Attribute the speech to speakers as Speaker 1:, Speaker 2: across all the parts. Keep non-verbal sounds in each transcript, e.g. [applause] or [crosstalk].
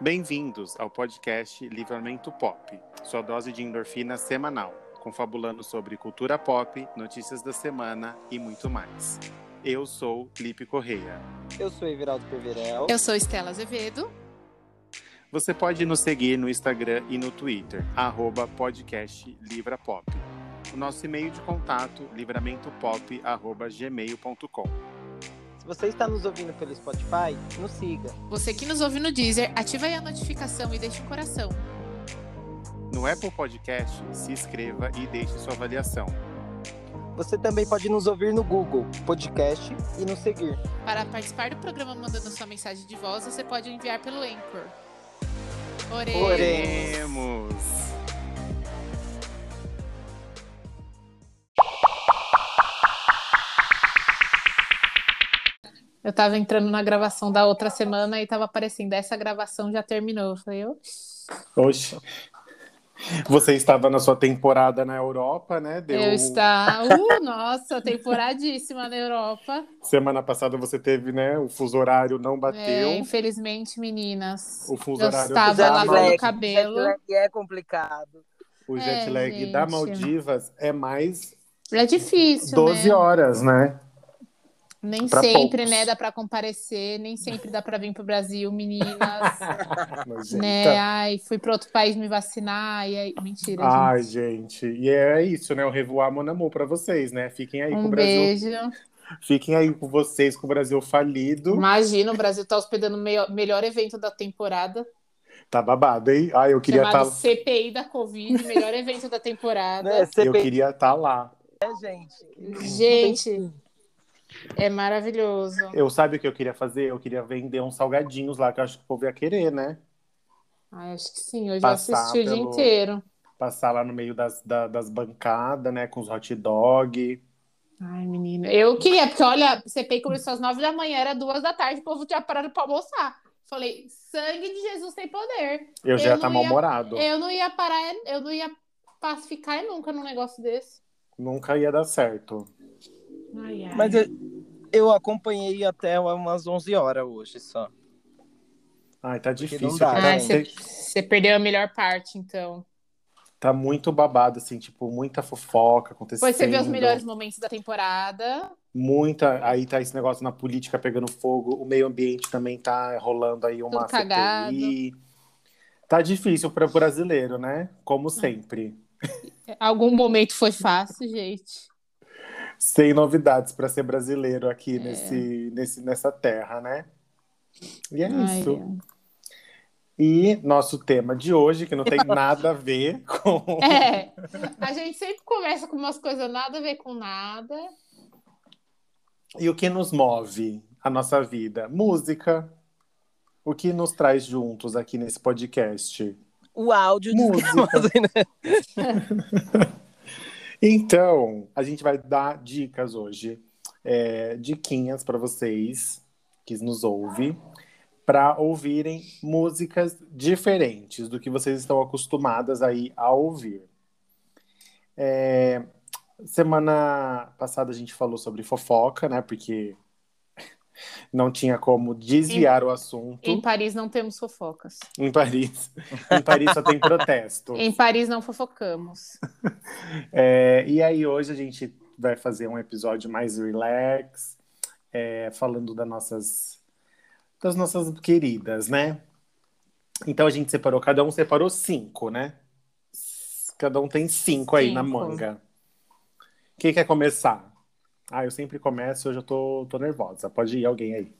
Speaker 1: Bem-vindos ao podcast Livramento Pop, sua dose de endorfina semanal, confabulando sobre cultura pop, notícias da semana e muito mais. Eu sou Lipe Correia.
Speaker 2: Eu sou Everaldo Perverel.
Speaker 3: Eu sou Estela Azevedo.
Speaker 1: Você pode nos seguir no Instagram e no Twitter, arroba podcast Livrapop. O nosso e-mail de contato, livramentopop.gmail.com.
Speaker 2: Se você está nos ouvindo pelo Spotify, nos siga.
Speaker 3: Você que nos ouve no Deezer, ativa aí a notificação e deixe um coração.
Speaker 1: No Apple Podcast, se inscreva e deixe sua avaliação.
Speaker 2: Você também pode nos ouvir no Google Podcast e nos seguir.
Speaker 3: Para participar do programa mandando sua mensagem de voz, você pode enviar pelo Anchor. Oremos.
Speaker 1: Oremos!
Speaker 3: Eu tava entrando na gravação da outra semana e tava aparecendo, essa gravação já terminou. Eu falei, eu?
Speaker 1: Hoje. Você estava na sua temporada na Europa, né? Deu... [laughs]
Speaker 3: Eu está. Uh, nossa, temporadíssima na Europa.
Speaker 1: Semana passada você teve, né? O fuso horário não bateu.
Speaker 3: É, infelizmente, meninas.
Speaker 1: O fuso
Speaker 3: eu
Speaker 1: horário tá
Speaker 3: estava
Speaker 1: pesado.
Speaker 3: Ah, lavando o
Speaker 2: Jet
Speaker 3: cabelo.
Speaker 2: lag É complicado.
Speaker 1: O jet
Speaker 3: É,
Speaker 1: lag da
Speaker 3: gente.
Speaker 1: Maldivas é mais
Speaker 3: É difícil,
Speaker 1: 12
Speaker 3: né?
Speaker 1: horas, né?
Speaker 3: Nem
Speaker 1: pra
Speaker 3: sempre,
Speaker 1: poucos.
Speaker 3: né, dá pra comparecer, nem sempre dá pra vir pro
Speaker 1: [laughs]
Speaker 3: Brasil, meninas.
Speaker 1: Nojenta.
Speaker 3: né? Ai, fui para outro país me vacinar e aí, mentira,
Speaker 1: tá. Ai, gente. E é isso, né? O revoar mon amour pra vocês, né? Fiquem aí
Speaker 3: gente.
Speaker 1: com
Speaker 3: Um
Speaker 1: o Brasil.
Speaker 3: beijo.
Speaker 1: Fiquem aí com vocês, com o Brasil falido.
Speaker 3: Imagina, o Brasil tá hospedando o meio- melhor evento da temporada,
Speaker 1: Tá babado, hein? Ai, eu queria tá- estar
Speaker 3: chamado CPI da Covid, melhor evento da
Speaker 1: [laughs]
Speaker 3: temporada.
Speaker 2: Né? Você
Speaker 1: eu queria tá lá.
Speaker 2: gente.
Speaker 3: Gente, é maravilhoso.
Speaker 1: Eu sabe o que eu queria fazer? Eu queria vender uns salgadinhos lá, que eu acho que o povo ia querer, né?
Speaker 3: Ai, acho que sim, eu já
Speaker 1: Passar
Speaker 3: assisti o dia
Speaker 1: pelo-
Speaker 3: inteiro.
Speaker 1: Passar lá no meio das, da- das bancadas, né? Com os hot dog.
Speaker 3: Ai, menina, eu queria, porque olha, CPI começou às nove da manhã, era duas da tarde, o povo tinha parado pra almoçar. Falei, sangue de Jesus tem poder.
Speaker 1: Eu, já tá
Speaker 3: Eu
Speaker 1: ia estar
Speaker 3: não ia- É.
Speaker 1: mal-humorado.
Speaker 3: Eu não ia parar, eu não ia pacificar nunca num negócio desse.
Speaker 1: Nunca ia dar certo.
Speaker 3: Ai, ai.
Speaker 2: Mas eu, eu acompanhei até umas 11 horas hoje só.
Speaker 1: Ai, tá
Speaker 2: Porque
Speaker 1: difícil.
Speaker 2: não dá,
Speaker 1: tá-
Speaker 2: né?
Speaker 3: Ai,
Speaker 2: Ah,
Speaker 1: tem-
Speaker 3: você você perdeu a melhor parte, então.
Speaker 1: Tá muito babado, assim, tipo, muita fofoca acontecendo.
Speaker 3: Depois você vê os melhores momentos da temporada.
Speaker 1: Muita. Aí tá esse negócio na política pegando fogo, o meio ambiente também tá rolando aí uma
Speaker 3: Tudo cagado.
Speaker 1: CPI. Tá difícil para brasileiro, né?
Speaker 3: É.
Speaker 1: Como sempre.
Speaker 3: Algum momento foi fácil, gente.
Speaker 1: Sem novidades para ser brasileiro
Speaker 3: É.
Speaker 1: aqui nesse, nesse, nessa terra, né? E é
Speaker 3: Ai,
Speaker 1: isso. [laughs] E nosso tema de hoje, que não tem nada a ver com.
Speaker 3: É, a gente sempre começa com umas coisas nada a ver com nada.
Speaker 1: E o que nos move a nossa vida? Música. O que nos traz juntos aqui nesse podcast?
Speaker 2: O áudio [laughs]
Speaker 1: Música.
Speaker 2: de...
Speaker 1: Então, a gente vai dar dicas hoje, é, diquinhas para vocês que nos ouvem, para ouvirem músicas diferentes do que vocês estão acostumadas aí a ouvir. É, semana passada a gente falou sobre fofoca, né? Porque não tinha como desviar o assunto
Speaker 3: Em
Speaker 1: em,
Speaker 3: Paris não temos fofocas.
Speaker 1: Paris. Em Paris só tem protesto.
Speaker 3: [laughs] Em Paris não fofocamos.
Speaker 1: É, e aí hoje a gente vai fazer um episódio mais relax, é, falando das nossas, das nossas queridas, né? Então a gente separou, cada um separou cinco, né? Cada um tem cinco aí na
Speaker 3: Cinco.
Speaker 1: manga. Quem quer começar? Ah, eu sempre começo, hoje eu tô, tô nervosa. Pode ir alguém aí.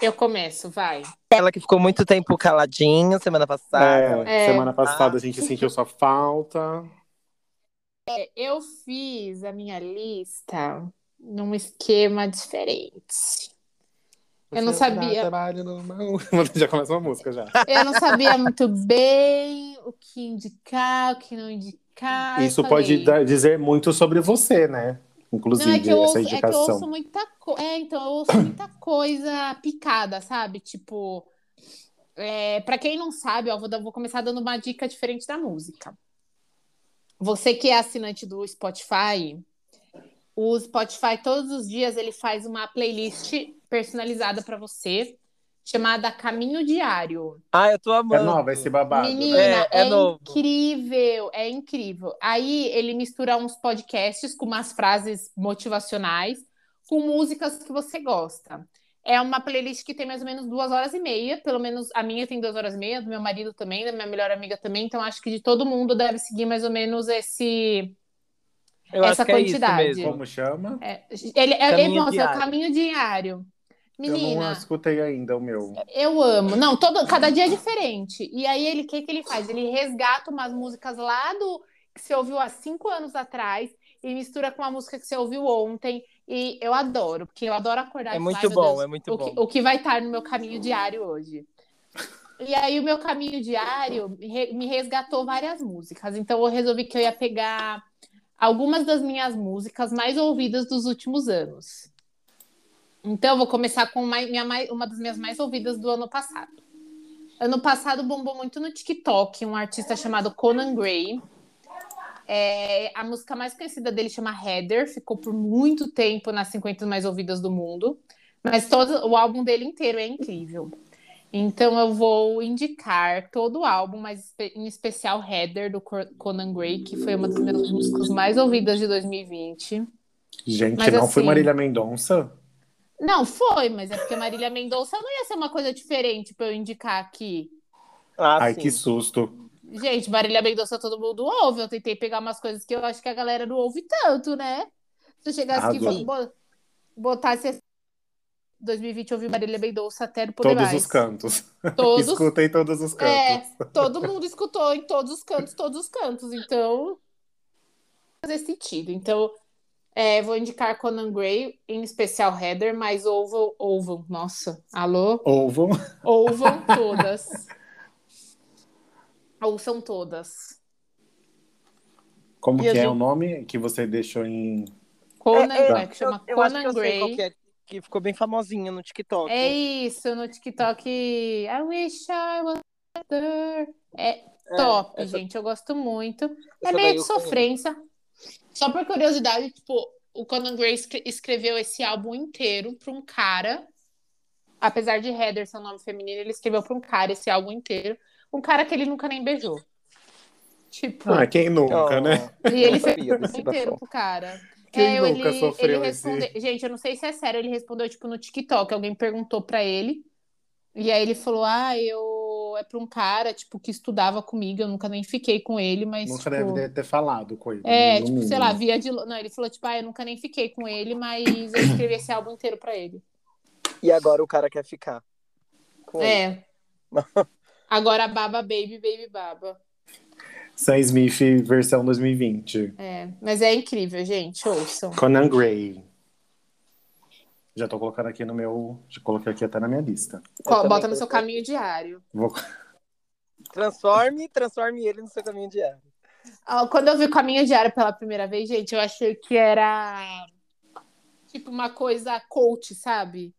Speaker 3: Eu começo, vai.
Speaker 2: Ela que ficou muito tempo caladinha semana passada.
Speaker 1: É,
Speaker 3: É.
Speaker 1: Semana passada a gente sentiu sua falta.
Speaker 3: É, eu fiz a minha lista num esquema diferente. Eu não
Speaker 1: Você
Speaker 3: sabia.
Speaker 1: dá Trabalho numa... [laughs] Já começa uma música já.
Speaker 3: Eu não sabia muito bem o que indicar, o que não indicar. Eu
Speaker 1: Isso
Speaker 3: falei,
Speaker 1: pode dar- dizer muito sobre você, né? Inclusive,
Speaker 3: Não, é que, eu
Speaker 1: essa
Speaker 3: ouço, é que eu
Speaker 1: indicação.
Speaker 3: ouço muita coisa. É, então, eu ouço muita coisa picada, sabe? Tipo, é, para quem não sabe, ó, vou, dar- vou começar dando uma dica diferente da música. Você que é assinante do Spotify, o Spotify todos os dias ele faz uma playlist personalizada para você, chamada Caminho Diário.
Speaker 2: Ah, eu tô
Speaker 1: É
Speaker 2: amando.
Speaker 1: nova esse babado.
Speaker 3: Menina,
Speaker 2: É,
Speaker 3: é,
Speaker 2: é novo.
Speaker 3: incrível, é incrível. Aí ele mistura uns podcasts com umas frases motivacionais, com músicas que você gosta. É uma playlist que tem mais ou menos duas horas e meia, pelo menos a minha tem duas horas e meia, do meu marido também, da minha melhor amiga também, então acho que de todo mundo deve seguir mais ou menos esse.
Speaker 2: Eu
Speaker 3: essa
Speaker 2: acho que é isso
Speaker 3: quantidade.
Speaker 2: mesmo.
Speaker 1: Como chama?
Speaker 3: é, ele, é,
Speaker 2: Caminho
Speaker 3: nossa, é o
Speaker 2: diário.
Speaker 3: caminho diário.
Speaker 1: Eu não
Speaker 3: Menina. É.
Speaker 1: escutei ainda o meu.
Speaker 3: Eu amo. Não, todo, cada dia é diferente. E aí, ele, o que, que ele faz? Ele resgata umas músicas lá do que você ouviu há cinco anos atrás e mistura com a música que você ouviu ontem. E eu adoro, porque eu adoro
Speaker 2: É
Speaker 3: acordar e falar,
Speaker 2: muito
Speaker 3: "Meu
Speaker 2: bom,
Speaker 3: Deus,
Speaker 2: é muito
Speaker 3: Tá o que-
Speaker 2: bom.
Speaker 3: o que vai estar no meu caminho diário hoje? E aí, o meu caminho diário me re- me resgatou várias músicas. Então, eu resolvi que eu ia pegar algumas das minhas músicas mais ouvidas dos últimos anos. Então, eu vou começar com mai- minha mai- uma das minhas mais ouvidas do ano passado. Ano passado bombou muito no TikTok um artista chamado Conan Gray. É, a música mais conhecida dele chama Heather, ficou por muito tempo nas 50 mais ouvidas do mundo. Mas todo o álbum dele inteiro é incrível. Então eu vou indicar todo o álbum, mas espe- em especial Heather do Cor- Conan Gray, que foi uma das minhas músicas mais ouvidas de 2020.
Speaker 1: Gente,
Speaker 3: Mas
Speaker 1: não foi
Speaker 3: assim-
Speaker 1: Marília Mendonça?
Speaker 3: Não, foi, mas é porque Marília Mendonça não ia ser uma coisa diferente para eu indicar aqui. assim,
Speaker 2: Ah,
Speaker 1: Ai,
Speaker 2: sim.
Speaker 1: que susto.
Speaker 3: Gente, Marília Mendonça todo mundo ouve. Eu tentei pegar umas coisas que eu acho que a galera não ouve tanto, né? Se eu chegasse aqui e
Speaker 1: Arrasou.
Speaker 3: fo- botasse esse- 2020 eu ouvi Marília Mendonça até no poder
Speaker 1: Todos
Speaker 3: mais.
Speaker 1: os cantos. [laughs]
Speaker 3: Todos os
Speaker 1: Escutei todos os cantos.
Speaker 3: É,
Speaker 2: [laughs]
Speaker 3: todo mundo escutou em todos os cantos, todos os cantos, então fazer sentido. Então, é, vou indicar Conan Gray, em especial Heather, mas ouvam, ouvam, nossa, alô,
Speaker 1: Ouvam.
Speaker 2: [laughs]
Speaker 3: ouvam todas. Ouçam todas.
Speaker 1: Como
Speaker 2: E
Speaker 1: que
Speaker 2: a
Speaker 1: é
Speaker 2: gente-
Speaker 1: o nome que você deixou em.
Speaker 3: Conan,
Speaker 2: É, é,
Speaker 3: como é que chama
Speaker 2: eu, eu acho que
Speaker 3: Conan
Speaker 2: eu sei qual
Speaker 3: Gray.
Speaker 2: que é, que ficou bem famosinha no TikTok.
Speaker 3: É isso, no TikTok. I wish I was better. É top,
Speaker 2: essa-
Speaker 3: gente. Eu gosto muito.
Speaker 2: essa
Speaker 3: É
Speaker 2: daí
Speaker 3: meio de
Speaker 2: eu conheço.
Speaker 3: sofrência. Só por curiosidade, tipo, o Conan Gray escre- escreveu esse álbum inteiro pra um cara. Apesar de Heather ser um nome feminino, ele escreveu pra um cara esse álbum inteiro. Um cara que ele nunca nem beijou. Tipo,
Speaker 1: Ah, quem nunca,
Speaker 2: Oh,
Speaker 1: né?
Speaker 3: e ele
Speaker 2: eu
Speaker 3: fez
Speaker 2: sabia
Speaker 3: o
Speaker 2: desse
Speaker 3: inteiro
Speaker 2: bafão.
Speaker 3: pro cara. É,
Speaker 1: Quem
Speaker 3: eu-
Speaker 1: nunca sofreu esse-
Speaker 3: respondeu- Gente, eu não sei se é sério, ele respondeu, tipo, no TikTok. Alguém perguntou pra ele. E aí ele falou, ah, eu... É pra um cara, tipo, que estudava comigo. Eu nunca nem fiquei com ele, mas,
Speaker 1: Nunca
Speaker 3: tipo...
Speaker 1: deve ter falado com ele.
Speaker 3: É,
Speaker 1: no
Speaker 3: tipo, sei
Speaker 1: mínimo.
Speaker 3: lá, via de... lo- Não, ele falou, tipo, ah, eu nunca nem fiquei com ele, mas eu escrevi esse álbum inteiro pra ele.
Speaker 2: E agora o cara quer ficar. Com ele.
Speaker 3: É. [laughs] Agora baba, baby, baby, baba.
Speaker 1: Sam Smith versão 2020.
Speaker 3: É, mas é incrível, gente, ouçam.
Speaker 1: Conan Gray. Já tô colocando aqui no meu. Já coloquei aqui até na minha lista.
Speaker 3: Co-
Speaker 2: também
Speaker 3: Bota no seu
Speaker 2: gostei.
Speaker 3: caminho diário.
Speaker 1: Vou-
Speaker 2: Transforme, transforme ele no seu caminho diário.
Speaker 3: Ah, Quando eu vi Caminho Diário pela primeira vez, gente, eu achei que era tipo uma coisa coach, sabe?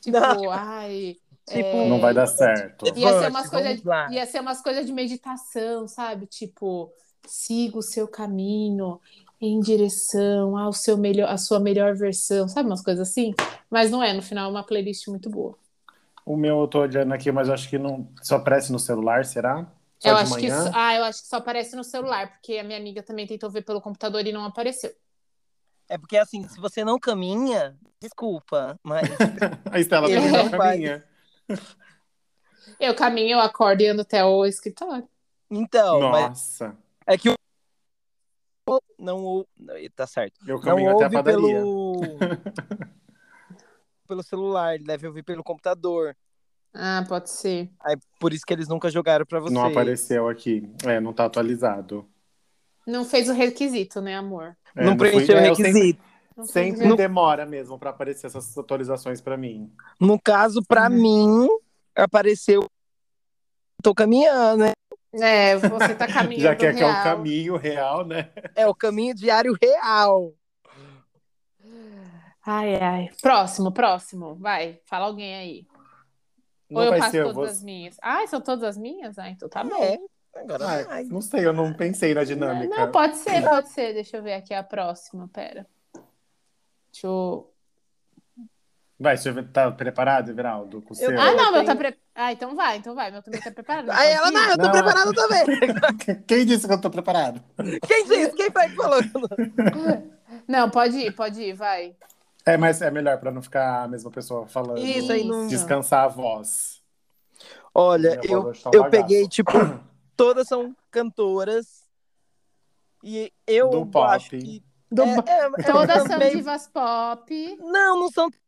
Speaker 3: Tipo,
Speaker 2: Não.
Speaker 3: ai,
Speaker 2: Tipo,
Speaker 1: Não vai dar certo.
Speaker 3: Ia É. ser
Speaker 2: Vamos, vamos
Speaker 3: umas coisas-
Speaker 2: lá.
Speaker 3: ia ser umas coisas de meditação, sabe? Tipo, siga o seu caminho em direção ao seu melhor, à sua melhor versão, sabe? Umas coisas assim. Mas não é, no final é uma playlist muito boa.
Speaker 1: O meu eu tô olhando aqui, mas eu acho que não. Só aparece no celular, será? Só
Speaker 3: eu
Speaker 1: de
Speaker 3: acho que
Speaker 1: manhã?
Speaker 3: só- ah, eu acho que só aparece no celular, porque a minha amiga também tentou ver pelo computador e não apareceu.
Speaker 2: É porque assim, se você não caminha, desculpa, mas
Speaker 1: A Estela
Speaker 2: Ele
Speaker 1: pegou
Speaker 2: não
Speaker 1: a
Speaker 2: vai.
Speaker 1: minha.
Speaker 3: [laughs] Eu caminho, eu acordo e ando até o escritório.
Speaker 2: então, mas
Speaker 1: Nossa.
Speaker 2: é que o não ou tá certo.
Speaker 1: Eu
Speaker 2: Não
Speaker 1: caminho até a
Speaker 2: ouve
Speaker 1: padaria.
Speaker 2: pelo [laughs] pelo celular, ele deve ouvir pelo computador.
Speaker 3: Ah, pode ser.
Speaker 2: Aí, por isso que eles nunca jogaram pra você.
Speaker 1: Não apareceu aqui. É, não tá atualizado.
Speaker 3: Não fez o requisito, né, amor?
Speaker 1: É,
Speaker 2: não
Speaker 1: fui-
Speaker 2: preencheu o
Speaker 1: é, eu
Speaker 2: requisito.
Speaker 3: Não
Speaker 1: Sempre,
Speaker 3: fez o
Speaker 1: sempre
Speaker 3: requisito.
Speaker 1: demora mesmo pra aparecer essas atualizações pra mim.
Speaker 2: No caso, pra
Speaker 1: Uhum.
Speaker 2: mim, apareceu. Tô caminhando, né?
Speaker 3: [laughs] É, você tá caminhando
Speaker 1: [laughs] Já que é que é o
Speaker 3: real.
Speaker 1: caminho real, né?
Speaker 2: É o caminho diário real.
Speaker 3: Ai, ai. Próximo, próximo. Vai, fala alguém aí.
Speaker 1: Não
Speaker 3: Ou eu
Speaker 1: vai
Speaker 3: passo
Speaker 1: ser eu
Speaker 3: todas
Speaker 1: vou-
Speaker 3: as minhas. Ai, são todas as minhas? Ah, então tá bom.
Speaker 2: É, agora
Speaker 1: Ah,
Speaker 2: vai.
Speaker 1: não sei, eu não pensei na dinâmica.
Speaker 3: Não, pode ser, pode ser. Deixa eu ver aqui a próxima, pera. Deixa eu...
Speaker 1: Vai, você tá preparado, Everaldo? Com o seu?
Speaker 3: Ah, não,
Speaker 2: Eu
Speaker 3: meu
Speaker 2: tenho-
Speaker 3: tá preparado. Ah, então vai, então vai. Meu também tá preparado.
Speaker 2: Aí ela, não, eu tô
Speaker 1: Não.
Speaker 2: preparada
Speaker 1: [laughs]
Speaker 2: também.
Speaker 1: Quem disse que eu tô preparado?
Speaker 2: Quem disse? Quem foi que falou?
Speaker 3: Não, pode ir, pode ir, vai.
Speaker 1: É, mas é melhor pra não ficar a mesma pessoa falando.
Speaker 2: Isso aí não.
Speaker 3: Isso.
Speaker 1: Descansar a voz.
Speaker 2: Olha,
Speaker 1: Minha
Speaker 2: eu,
Speaker 1: voz hoje tá
Speaker 2: eu
Speaker 1: bagaço.
Speaker 2: peguei, tipo, todas são cantoras. E eu
Speaker 1: Do pop.
Speaker 2: acho que.
Speaker 1: Do
Speaker 2: é, é, é,
Speaker 3: Todas são
Speaker 2: meio-
Speaker 3: divas pop.
Speaker 2: Não, não são. todas,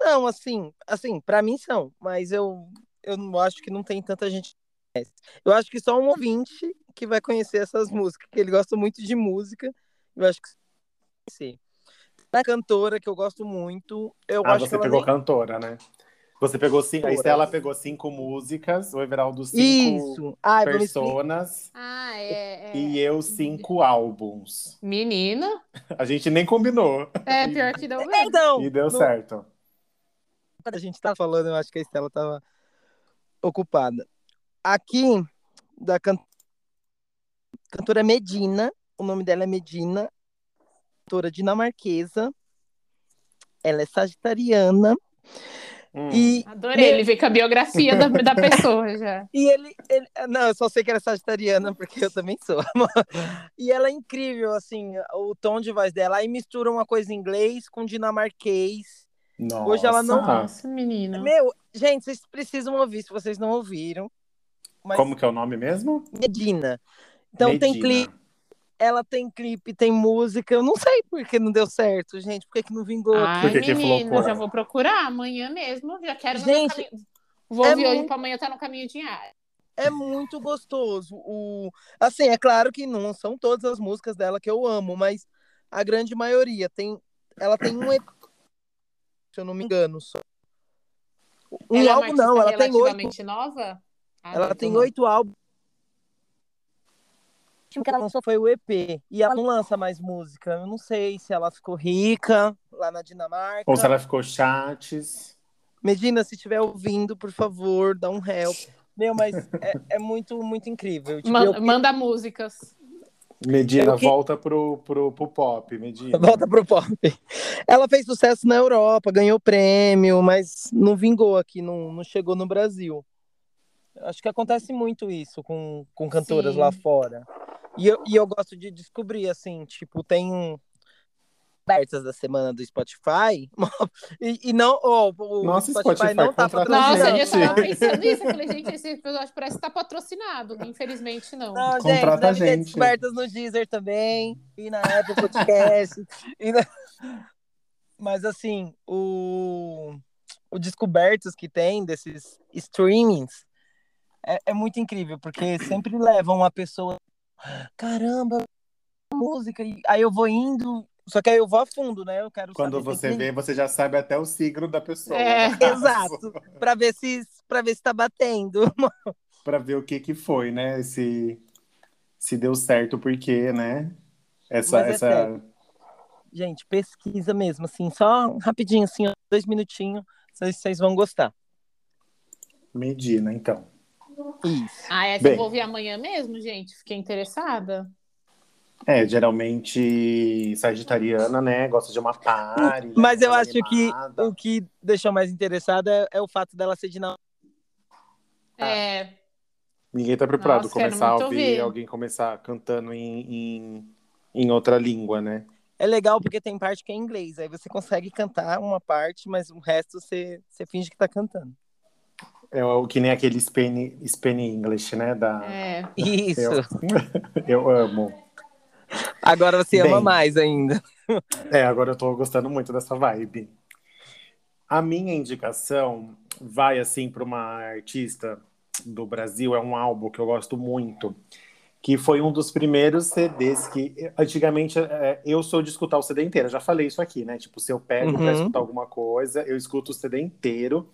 Speaker 2: Não, assim, assim, pra mim são, mas eu, eu não acho que não tem tanta gente que conhece. Eu acho que só um ouvinte que vai conhecer essas músicas, que ele gosta muito de música. Eu acho que sim. Na cantora que eu gosto muito, eu
Speaker 1: Ah,
Speaker 2: acho que
Speaker 1: você
Speaker 2: ela
Speaker 1: pegou
Speaker 2: nem-
Speaker 1: cantora, né? Você pegou cinco. A
Speaker 2: Cantora.
Speaker 1: Estela pegou cinco músicas, o Everaldo cinco
Speaker 2: Isso. Ai, vou me explicar.
Speaker 1: personas
Speaker 3: Ah, é. é.
Speaker 1: e eu cinco álbuns.
Speaker 3: Menina.
Speaker 1: A gente nem combinou
Speaker 3: É pior
Speaker 2: [laughs]
Speaker 3: que não
Speaker 2: É,
Speaker 3: mesmo.
Speaker 2: Então,
Speaker 1: e deu
Speaker 2: no-
Speaker 1: certo.
Speaker 2: quando a gente tá falando, eu acho que a Estela tava ocupada. Aqui, da can- cantora Medina, o nome dela é Medina, cantora dinamarquesa, ela é sagitariana,
Speaker 1: Hum.
Speaker 2: e,
Speaker 3: Adorei, ele veio com a biografia da, da pessoa já.
Speaker 2: e ele, ele- Não, eu só sei que ela é sagitariana, porque eu também sou.
Speaker 1: [laughs]
Speaker 2: e ela é incrível, assim, o tom de voz dela. Aí mistura uma coisa em inglês com dinamarquês.
Speaker 1: Nossa.
Speaker 2: hoje ela não-
Speaker 1: Tá.
Speaker 3: Nossa, menina.
Speaker 2: Meu, gente, vocês precisam ouvir, se vocês não ouviram. Mas
Speaker 1: Como que é o nome mesmo?
Speaker 2: Medina. Então tem
Speaker 1: Medina.
Speaker 2: clipe. ela tem clipe, tem música. Eu não sei por que não deu certo, gente. Por que, que não vingou?
Speaker 3: Ai,
Speaker 1: Por que que
Speaker 3: menina,
Speaker 1: flopou?
Speaker 3: já vou procurar amanhã mesmo. Já quero no
Speaker 2: Gente,
Speaker 3: meu caminho. Vou
Speaker 2: é
Speaker 3: ouvir hoje
Speaker 2: muito-
Speaker 3: pra amanhã tá no caminho de ar.
Speaker 2: É muito gostoso. O... Assim, é claro que não são todas as músicas dela que eu amo, mas a grande maioria. Tem... Ela tem um EP, se eu não me engano. Só. Um
Speaker 3: Ela é uma
Speaker 2: álbum,
Speaker 3: artista
Speaker 2: não. Ela tem oito.
Speaker 3: relativamente nova? Ah,
Speaker 2: Ela
Speaker 3: não,
Speaker 2: tem
Speaker 3: então não.
Speaker 2: oito álbuns. O último que ela lançou foi o EP. E ela não lança mais música. Eu não sei se ela ficou rica lá na Dinamarca.
Speaker 1: Ou se ela ficou chates.
Speaker 2: Medina, se estiver ouvindo, por favor, dá um help. Meu, mas é, é muito, muito incrível. Tipo,
Speaker 3: Ma-
Speaker 2: eu-
Speaker 3: Manda músicas.
Speaker 1: Medina,
Speaker 2: Eu que-
Speaker 1: volta pro, pro, pro pop, Medina.
Speaker 2: Volta pro pop. Ela fez sucesso na Europa, ganhou prêmio, mas não vingou aqui, não, não chegou no Brasil. Acho que acontece muito isso com, com cantoras
Speaker 3: Sim.
Speaker 2: lá fora. E eu, e eu gosto de descobrir, assim, tipo, tem um. Abertas da semana do Spotify. [laughs] E, e não. ó, o
Speaker 1: Nossa, Spotify
Speaker 2: não tá
Speaker 1: contrata
Speaker 2: patrocinando.
Speaker 3: Nossa,
Speaker 1: gente.
Speaker 3: eu tava pensando nisso. Eu falei, gente, esse episódio parece que tá patrocinado. Infelizmente, não.
Speaker 2: Não,
Speaker 1: Contrata a
Speaker 2: gente, deve ter
Speaker 1: gente.
Speaker 2: descobertas no Deezer também, e na Apple Podcast. e na- [laughs] Mas assim, o... o descobertas que tem desses streamings é, é muito incrível, porque sempre levam a pessoa. Caramba, música! E aí eu vou indo, só que aí eu vou a fundo, né? Eu quero
Speaker 1: Quando
Speaker 2: saber, tem
Speaker 1: você
Speaker 2: que-
Speaker 1: vê, você já sabe até o signo da pessoa. [laughs]
Speaker 3: É.
Speaker 1: no caso,
Speaker 2: [laughs] Exato, pra ver se para ver se tá batendo.
Speaker 1: Pra ver o que que foi, né? Se, se deu certo, por quê, né? Essa,
Speaker 2: Mas é
Speaker 1: essa...
Speaker 2: sério. Gente, pesquisa mesmo, assim, só rapidinho, assim, ó, dois minutinhos, vocês, vocês vão gostar.
Speaker 1: Medina, então.
Speaker 2: Isso.
Speaker 3: Ah, essa
Speaker 1: Bem.
Speaker 3: eu vou ouvir amanhã mesmo, gente. Fiquei interessada.
Speaker 1: É, geralmente sagitariana, né? Gosta de uma party. né?
Speaker 2: Mas eu
Speaker 1: Coisa
Speaker 2: acho que
Speaker 1: animada.
Speaker 2: o que deixou mais interessada é, é o fato dela ser de
Speaker 1: Ah.
Speaker 2: Tá.
Speaker 3: É,
Speaker 1: Ninguém tá preparado
Speaker 3: Nossa,
Speaker 1: começar a
Speaker 3: quero muito
Speaker 1: ouvir,
Speaker 3: ouvir.
Speaker 1: alguém começar cantando em, em, em outra língua, né?
Speaker 2: É legal porque tem parte que é em inglês, aí você consegue cantar uma parte, mas o resto você, você finge que tá cantando.
Speaker 1: É o que nem aquele Spain, Spain English, né? Da...
Speaker 3: é.
Speaker 2: Isso.
Speaker 1: Eu,
Speaker 2: É.
Speaker 1: eu amo.
Speaker 2: Agora você ama
Speaker 1: Bem.
Speaker 2: mais ainda.
Speaker 1: [laughs] É, agora eu tô gostando muito dessa vibe. A minha indicação vai assim para uma artista do Brasil, é um álbum que eu gosto muito, que foi um dos primeiros CDs que antigamente é, eu sou de escutar o CD inteiro, eu já falei isso aqui, né? Tipo, se eu pego para
Speaker 2: Uhum.
Speaker 1: escutar alguma coisa, eu escuto o CD inteiro,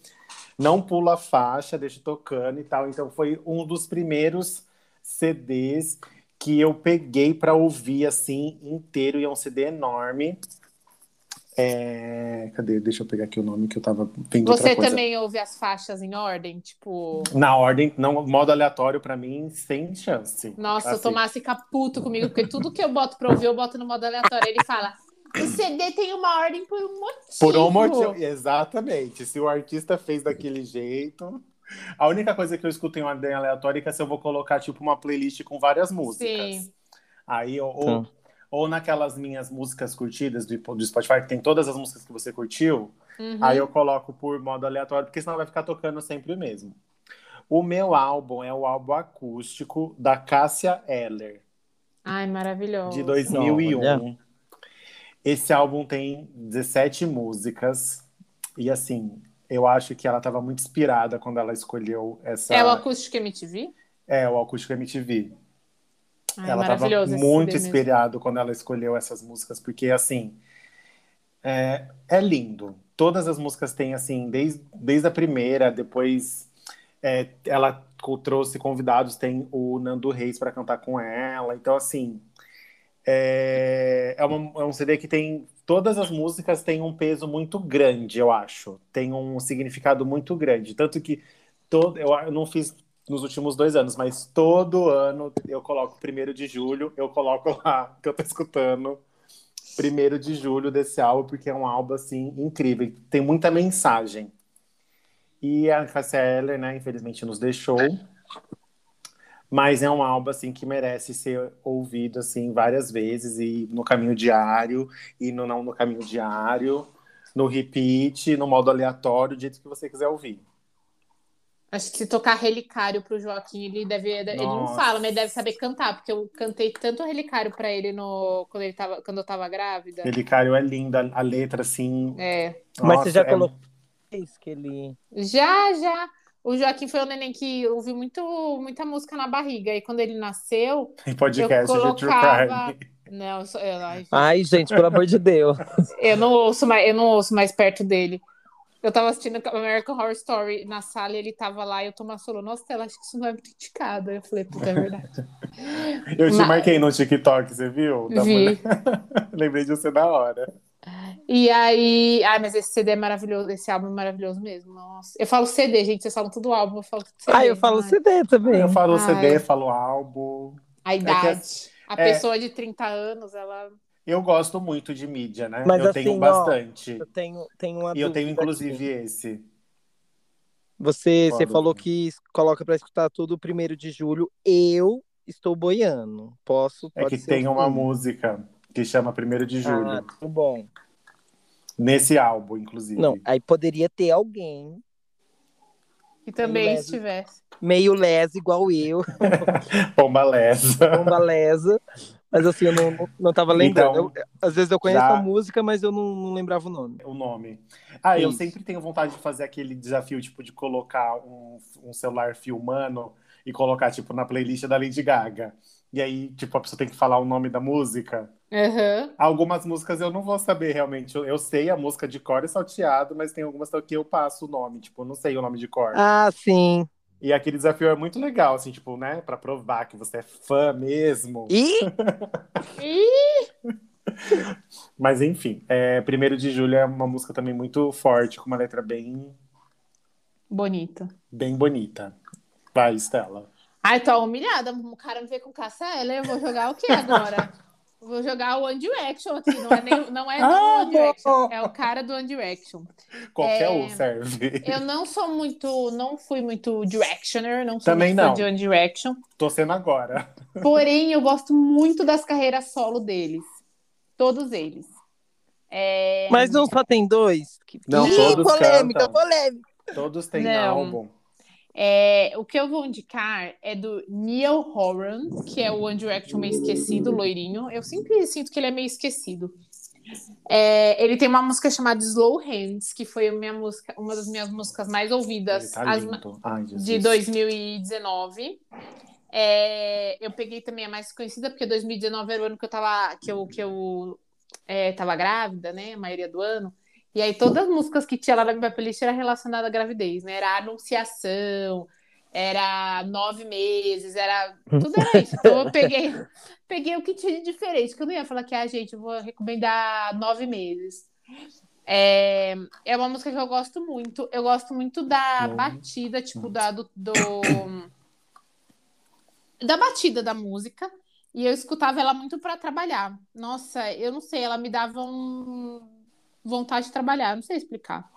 Speaker 1: não pulo a faixa, deixo tocando e tal. Então foi um dos primeiros CDs que eu peguei para ouvir assim inteiro e é um CD enorme. É, Cadê? Deixa eu pegar aqui o nome que eu tava vendo outra
Speaker 3: Você
Speaker 1: coisa.
Speaker 3: também ouve as faixas em ordem? Tipo,
Speaker 1: Na ordem, não, modo aleatório pra mim, sem chance.
Speaker 3: nossa, o
Speaker 1: Assim,
Speaker 3: Tomás fica puto comigo, porque tudo que eu boto pra ouvir, eu boto no modo aleatório. Ele fala, O CD tem uma ordem por um motivo.
Speaker 1: Por um motivo. Exatamente. Se o artista fez daquele jeito. A única coisa que eu escuto em ordem aleatória é se eu vou colocar, tipo, uma playlist com várias músicas.
Speaker 3: Sim.
Speaker 1: Aí, ou,
Speaker 2: Tá.
Speaker 1: ou naquelas minhas músicas curtidas do, do Spotify, que tem todas as músicas que você curtiu,
Speaker 3: Uhum.
Speaker 1: aí eu coloco por modo aleatório, porque senão vai ficar tocando sempre o mesmo. O meu álbum é o álbum acústico da Cássia Eller,
Speaker 3: Ai, maravilhoso.
Speaker 1: de 2001. Esse álbum tem 17 músicas, e assim, eu acho que ela estava muito inspirada quando ela escolheu essa.
Speaker 3: É o Acústico MTV?
Speaker 1: É, o Acústico MTV.
Speaker 3: Ai,
Speaker 1: ela estava
Speaker 3: maravilhoso esse
Speaker 1: muito
Speaker 3: CD mesmo.
Speaker 1: inspirado quando ela escolheu essas músicas, porque assim é, é lindo. Todas as músicas têm assim, desde, desde a primeira, depois é, ela co- trouxe convidados, tem o Nando Reis para cantar com ela. Então, assim, é, é, uma- é um CD que tem. Todas as músicas têm um peso muito grande, eu acho. Tem um significado muito grande. Tanto que todo, eu, eu não fiz nos últimos dois anos, mas todo ano eu coloco primeiro de julho, eu coloco lá que eu tô escutando primeiro de julho desse álbum, porque é um álbum assim incrível, tem muita mensagem. E a Cassia Eller, né, infelizmente nos deixou. Mas é um álbum assim que merece ser ouvido assim várias vezes e no caminho diário e no não no caminho diário, no repeat, no modo aleatório, do jeito que você quiser ouvir.
Speaker 3: Acho que se tocar relicário pro Joaquim, ele deve. Ele não
Speaker 1: Nossa.
Speaker 3: fala, mas ele deve saber cantar, porque eu cantei tanto relicário pra ele no, quando, ele tava, quando eu tava grávida.
Speaker 1: Relicário é linda, a letra assim.
Speaker 3: É.
Speaker 2: Mas
Speaker 1: nossa,
Speaker 2: você já
Speaker 1: é-
Speaker 2: colocou isso que ele.
Speaker 3: Já, já. O Joaquim foi um neném que ouviu muito, muita música na barriga. E quando ele nasceu,
Speaker 1: Em podcast
Speaker 3: eu
Speaker 1: de True
Speaker 3: colocava.
Speaker 1: Crime.
Speaker 3: Não, eu, sou- eu, ai, gente.
Speaker 2: Ai, gente, pelo
Speaker 1: [laughs]
Speaker 2: amor de Deus.
Speaker 3: Eu não ouço mais, eu não ouço mais perto dele. Eu tava assistindo American Horror Story na sala e ele tava lá e eu Thomas falou, nossa, ela acho que isso não é muito indicado. Aí Eu falei,
Speaker 1: [laughs]
Speaker 3: puta, é verdade.
Speaker 1: Eu te
Speaker 3: Mas-
Speaker 1: marquei no TikTok, você viu? Da
Speaker 3: Vi.
Speaker 1: mulher. [laughs] Lembrei de você da hora.
Speaker 3: E aí. Ai, mas esse CD é maravilhoso, esse álbum é maravilhoso mesmo. Nossa. Eu falo CD, gente, vocês falam tudo né? álbum, eu falo
Speaker 1: Ah,
Speaker 3: CD.
Speaker 2: Ai, eu falo
Speaker 3: ai.
Speaker 2: CD também.
Speaker 1: Eu falo
Speaker 3: Ai.
Speaker 1: CD, falo álbum.
Speaker 3: A
Speaker 1: É
Speaker 3: idade. A
Speaker 1: é-
Speaker 3: pessoa de 30 anos, ela.
Speaker 1: Eu gosto muito de mídia, né?
Speaker 2: Mas
Speaker 1: eu
Speaker 2: assim,
Speaker 1: tenho
Speaker 2: ó,
Speaker 1: bastante.
Speaker 2: Eu tenho, tenho uma
Speaker 1: E eu tenho,
Speaker 2: dúvida
Speaker 1: inclusive,
Speaker 2: aqui.
Speaker 1: esse.
Speaker 2: Você,
Speaker 1: Qual
Speaker 2: você
Speaker 1: dúvida?
Speaker 2: falou que coloca pra escutar tudo o primeiro de julho. Eu estou boiando. Posso.
Speaker 1: É
Speaker 2: pode
Speaker 1: que
Speaker 2: ser
Speaker 1: tem
Speaker 2: um
Speaker 1: uma
Speaker 2: fim.
Speaker 1: música que chama Primeiro de Julho.
Speaker 2: Ah, tudo bom.
Speaker 1: Nesse álbum, inclusive.
Speaker 2: Não, aí poderia ter alguém
Speaker 3: Que também
Speaker 1: é
Speaker 2: Leve.
Speaker 3: estivesse.
Speaker 2: meio lesa igual eu, [laughs]
Speaker 1: Pomba Lessa.
Speaker 2: bomba lesa. Mas assim, eu não, não, não tava lembrando.
Speaker 1: Então,
Speaker 2: Eu- às vezes eu conheço
Speaker 1: já-
Speaker 2: a música, mas eu não, não lembrava o nome.
Speaker 1: o nome. Ah, eu
Speaker 2: Isso.
Speaker 1: sempre tenho vontade de fazer aquele desafio, tipo, de colocar um, um celular filmando e colocar, tipo, na playlist da Lady Gaga. E aí, tipo, a pessoa tem que falar o nome da música.
Speaker 3: Aham.
Speaker 1: Algumas músicas eu não vou saber realmente. Eu, eu sei a música de cor e salteado, mas tem algumas que eu passo o nome, tipo, eu não sei o nome de cor.
Speaker 2: Ah, sim.
Speaker 1: E aquele desafio é muito legal, assim, tipo, né, pra provar que você é fã mesmo.
Speaker 2: E
Speaker 3: Ih,
Speaker 1: Mas enfim, é, Primeiro de Julho é uma música também muito forte, com uma letra bem,
Speaker 3: bonita.
Speaker 1: bem bonita. Vai, Estela.
Speaker 3: Ai, tô humilhada. O cara me veio com caça ela. Eu vou jogar o que
Speaker 1: [laughs]
Speaker 3: agora? Vou jogar o One Direction aqui. Não é, nem, não é do
Speaker 2: Ah,
Speaker 3: One Direction.
Speaker 2: bom.
Speaker 3: É o cara do One Direction.
Speaker 1: Qualquer
Speaker 3: É.
Speaker 1: um serve. [laughs]
Speaker 3: Eu não sou muito. Não fui muito Directioner. Não sou
Speaker 1: Também
Speaker 3: muito fã
Speaker 1: não.
Speaker 3: de One Direction.
Speaker 1: Tô sendo agora.
Speaker 3: Porém, eu gosto muito das carreiras solo deles. Todos eles. É,
Speaker 2: Mas não só tem dois? Que-
Speaker 1: Não,
Speaker 2: Ih,
Speaker 1: todos
Speaker 2: polêmica,
Speaker 1: cantam.
Speaker 2: polêmica.
Speaker 1: Todos têm
Speaker 3: Não.
Speaker 1: álbum.
Speaker 3: é, o que eu vou indicar é do Neil Horan, que é o One Direction meio esquecido, loirinho. Eu sempre sinto que ele é meio esquecido. É, ele tem uma música chamada Slow Hands, que foi a minha música, uma das minhas músicas mais ouvidas,
Speaker 1: Ele tá
Speaker 3: as-
Speaker 1: lindo. Ai, Jesus.
Speaker 3: de 2019. É, eu peguei também a mais conhecida, porque 2019 era o ano que eu tava, que eu, que eu é, tava grávida, né? A maioria do ano. E aí todas as músicas que tinha lá na minha playlist era relacionada à gravidez, né? Era anunciação, era nove meses, era. Tudo era isso. Então eu peguei, [laughs] peguei o que tinha de diferente, que eu não ia falar que, ah, gente, eu vou recomendar nove meses. É, é uma música que eu gosto muito. Eu gosto muito da
Speaker 1: Nove.
Speaker 3: batida, [clears throat] tipo, da, do, do- Da batida da música. E eu escutava ela muito para trabalhar. Nossa, eu não sei, ela me dava um... vontade de trabalhar, eu não sei explicar.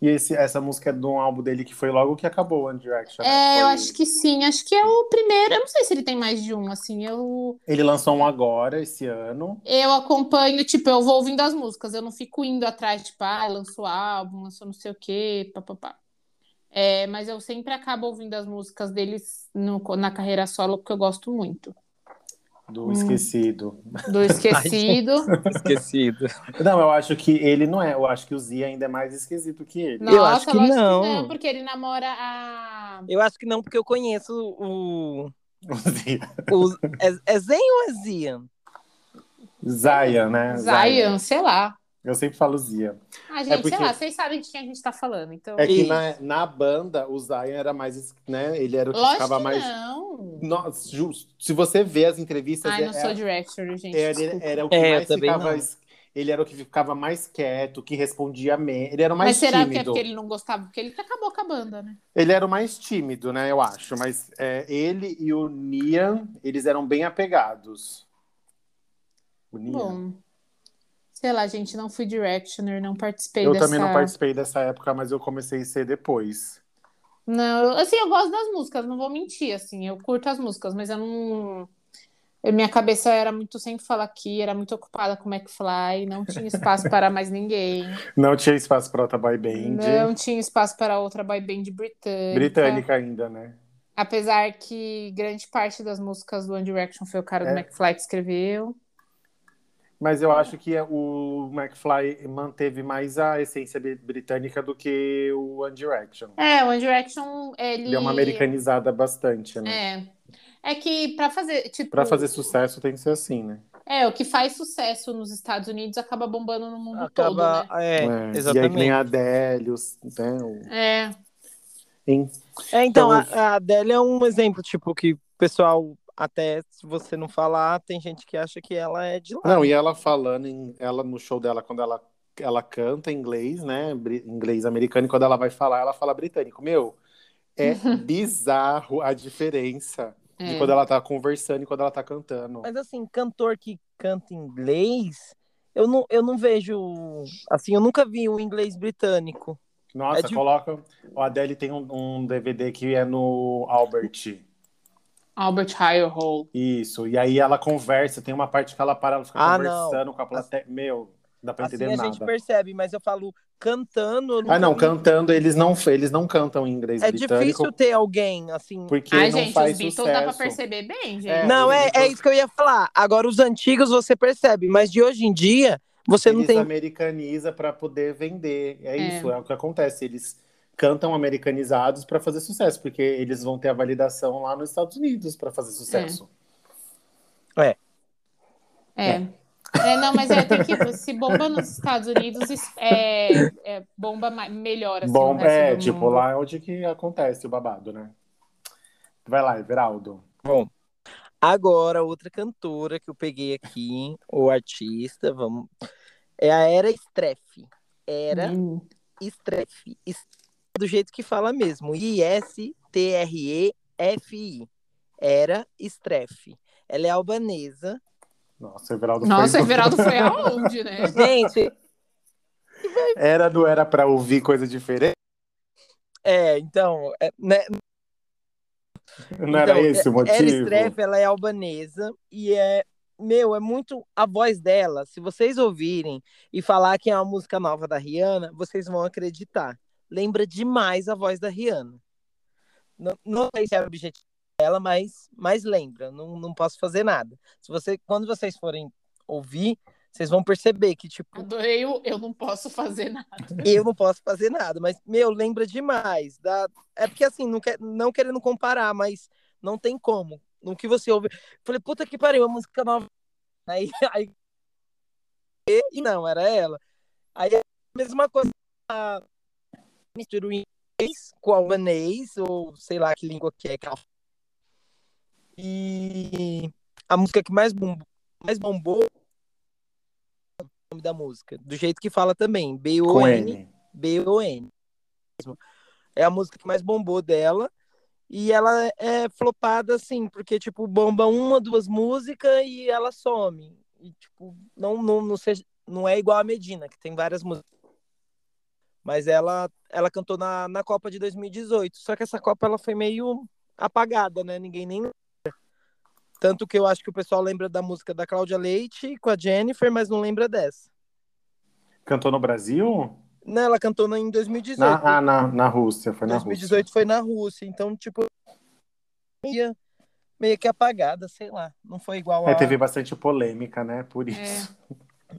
Speaker 1: E esse, essa música é de um álbum dele que foi logo que acabou o One Direction. né?
Speaker 3: É, eu
Speaker 1: Foi-
Speaker 3: acho que sim, acho que é o primeiro. Eu não sei se ele tem mais de um, assim, eu
Speaker 1: Ele lançou um agora, esse ano.
Speaker 3: eu acompanho, tipo, eu vou ouvindo as músicas, eu não fico indo atrás, tipo, ah, lançou álbum, lançou não sei o quê, papapá. É, mas eu sempre acabo ouvindo as músicas deles no- na carreira solo, porque eu gosto muito.
Speaker 1: Do
Speaker 3: Hum.
Speaker 1: Esquecido. [laughs]
Speaker 3: Do Esquecido.
Speaker 2: Esquecido.
Speaker 1: Não, eu acho que ele não é. Eu acho que o Z ainda é mais esquisito que ele.
Speaker 3: Nossa,
Speaker 2: acho que
Speaker 3: lógico
Speaker 2: não.
Speaker 3: porque ele namora a.
Speaker 2: Eu acho que não, porque eu conheço o.
Speaker 1: [laughs] O Z-
Speaker 2: o é, é Zen ou é Zian?
Speaker 1: Zion, né?
Speaker 3: Zion, sei lá.
Speaker 1: Eu sempre falo Zion.
Speaker 3: Ah, gente,
Speaker 1: porque-
Speaker 3: sei lá, vocês sabem de quem a gente tá falando, então.
Speaker 1: É que
Speaker 2: Isso.
Speaker 1: na, na banda, o Zion era mais. es- né? Ele era o que
Speaker 3: Lógico
Speaker 1: ficava
Speaker 3: que
Speaker 1: mais.
Speaker 3: não.
Speaker 1: Nossa, justo. Se você vê as entrevistas.
Speaker 3: Ai,
Speaker 1: é-
Speaker 3: não
Speaker 1: é-
Speaker 3: sou director, gente.
Speaker 1: é, ele
Speaker 3: desculpa.
Speaker 1: era o que
Speaker 2: É, eu
Speaker 1: mais
Speaker 2: também
Speaker 1: ficava.
Speaker 2: não.
Speaker 1: es- Ele era o que ficava mais quieto, que respondia menos. Ele era o mais
Speaker 3: Mas será que é
Speaker 1: tímido.
Speaker 3: porque
Speaker 1: ele...
Speaker 3: ele não gostava? Porque ele que acabou com a banda, né?
Speaker 1: era o mais tímido, né? Eu acho. Mas é, ele e o Nian, eles eram bem apegados. O Nian.
Speaker 3: Bom. Sei lá, gente, não fui directioner, não participei
Speaker 1: eu
Speaker 3: dessa.
Speaker 1: também não participei dessa época, mas eu comecei a ser depois.
Speaker 3: Não, eu- assim, eu gosto das músicas, não vou mentir, assim, eu curto as músicas, mas eu não. eu- minha cabeça era muito sempre falar aqui, era muito ocupada com McFly, não tinha espaço para mais ninguém,
Speaker 1: Não tinha espaço para outra boy band.
Speaker 3: não é. tinha espaço para outra boy band britânica.
Speaker 1: Britânica ainda, né?
Speaker 3: Apesar que grande parte das músicas do One Direction foi o cara do
Speaker 1: É.
Speaker 3: McFly que escreveu.
Speaker 1: Mas eu acho que o McFly manteve mais a essência bri- britânica do que o One Direction.
Speaker 3: É, o One Direction, ele.
Speaker 1: Deu é uma americanizada bastante, né?
Speaker 3: É. É que pra fazer, tipo,
Speaker 1: Pra fazer sucesso tem que ser assim, né?
Speaker 3: é, o que faz sucesso nos Estados Unidos acaba bombando no mundo todo,
Speaker 2: Acaba.
Speaker 3: né?
Speaker 1: É,
Speaker 2: É,
Speaker 1: E aí que nem
Speaker 2: exatamente.
Speaker 1: a Adélio, os- né? o-
Speaker 3: É,
Speaker 1: em-
Speaker 2: É, então, a,
Speaker 1: Então-
Speaker 2: a Adele é um exemplo, tipo, que o pessoal, até se você não falar, tem gente que acha que ela é de lá.
Speaker 1: Não, e ela falando, em- ela no show dela, quando ela, ela canta em inglês, né? bri- Inglês americano, e quando ela vai falar, ela fala britânico. Meu, é bizarro a diferença de
Speaker 3: é.
Speaker 1: quando ela tá conversando e quando ela tá cantando.
Speaker 2: Mas assim, cantor que canta inglês, eu não, eu não vejo. Assim, eu nunca vi um inglês britânico.
Speaker 1: Nossa,
Speaker 2: é de-
Speaker 1: coloca. O Adele tem um, um DVD que é no Albert.
Speaker 3: Albert Higher Hall.
Speaker 1: Isso. E aí ela conversa, tem uma parte que ela para, ela fica
Speaker 2: Ah,
Speaker 1: conversando com a plateia. Meu, não dá pra
Speaker 2: Assim
Speaker 1: entender
Speaker 2: a
Speaker 1: nada.
Speaker 2: gente percebe, mas eu falo cantando. eu nunca
Speaker 1: Ah, não,
Speaker 2: vi.
Speaker 1: cantando, eles não, eles não cantam em inglês
Speaker 2: É
Speaker 1: britânico.
Speaker 2: difícil ter alguém assim.
Speaker 1: Porque
Speaker 3: Ai,
Speaker 1: não
Speaker 3: gente,
Speaker 1: faz
Speaker 3: os Beatles
Speaker 1: sucesso.
Speaker 3: dá pra perceber bem, gente.
Speaker 1: É,
Speaker 2: não, é,
Speaker 1: os Beatles-
Speaker 2: é isso que eu ia falar. Agora, os antigos você percebe, mas de hoje em dia, você
Speaker 1: eles
Speaker 2: não tem.
Speaker 1: americaniza para poder vender. É,
Speaker 3: É.
Speaker 1: isso, é o que acontece. Eles cantam americanizados para fazer sucesso, porque eles vão ter a validação lá nos Estados Unidos para fazer sucesso.
Speaker 3: É. É, não, mas é, tem que se bomba nos Estados Unidos, es- é, é, bomba ma- melhor, assim,
Speaker 1: Bom,
Speaker 3: no resto
Speaker 1: é,
Speaker 3: do
Speaker 1: tipo,
Speaker 3: mundo.
Speaker 1: lá é onde que acontece o babado, né? Vai lá, Everaldo.
Speaker 2: Agora, outra cantora que eu peguei aqui, ou artista, vamos. É a Era Streff. Era
Speaker 3: Hum.
Speaker 2: Streff. Es- Do jeito que fala mesmo. I-S-T-R-E-F-I. Era Streff. Ela é albanesa.
Speaker 1: Nossa, o Everaldo
Speaker 3: Nossa,
Speaker 1: foi...
Speaker 3: o Everaldo foi aonde, né?
Speaker 2: Gente,
Speaker 1: Era, não era para ouvir coisa diferente?
Speaker 2: é, então, é, né,
Speaker 1: Não era
Speaker 2: Então,
Speaker 1: esse o
Speaker 2: Ela
Speaker 1: motivo?
Speaker 2: Streff, ela é albanesa e é, meu, é muito a voz dela. Se vocês ouvirem e falar que é uma música nova da Rihanna, vocês vão acreditar. Lembra demais a voz da Rihanna. Não, não sei se era o objetivo dela, mas, mas lembra. Não, não posso fazer nada. Se você, quando vocês forem ouvir, vocês vão perceber que, tipo,
Speaker 3: Adorei o Eu Não Posso Fazer Nada.
Speaker 2: eu não posso fazer nada, mas, meu, lembra demais. Da... É porque, assim, não, quer- não querendo comparar, mas não tem como. No que você ouve. Falei, puta que pariu, a música nova. Aí, [laughs] aí... E não, era ela. Aí é a mesma coisa. a- Mistura o inglês com o albanês, ou sei lá que língua que é. que ela- E a música que mais bombou, mais bombou é o nome da música. Do jeito que fala também.
Speaker 1: Com
Speaker 2: B-O-N.
Speaker 1: N.
Speaker 2: B.O.N. mesmo. É a música que mais bombou dela. E ela é flopada assim, porque, tipo, bomba uma, duas músicas e ela some. E, tipo, não, não, não, seja, não é igual a Medina, que tem várias músicas. Mas ela, ela cantou na, na Copa de 2018. Só que essa Copa ela foi meio apagada, né? Ninguém nem. Tanto que eu acho que o pessoal lembra da música da Cláudia Leite com a Jennifer, mas não lembra dessa.
Speaker 1: Cantou no Brasil?
Speaker 2: Não, ela cantou em 2018.
Speaker 1: Na, ah, na, na Rússia, foi na
Speaker 2: 2018
Speaker 1: Rússia.
Speaker 2: foi na Rússia, então, tipo, meio, meio que apagada, sei lá. Não foi igual a. É,
Speaker 1: É, teve bastante polêmica, né? Por isso.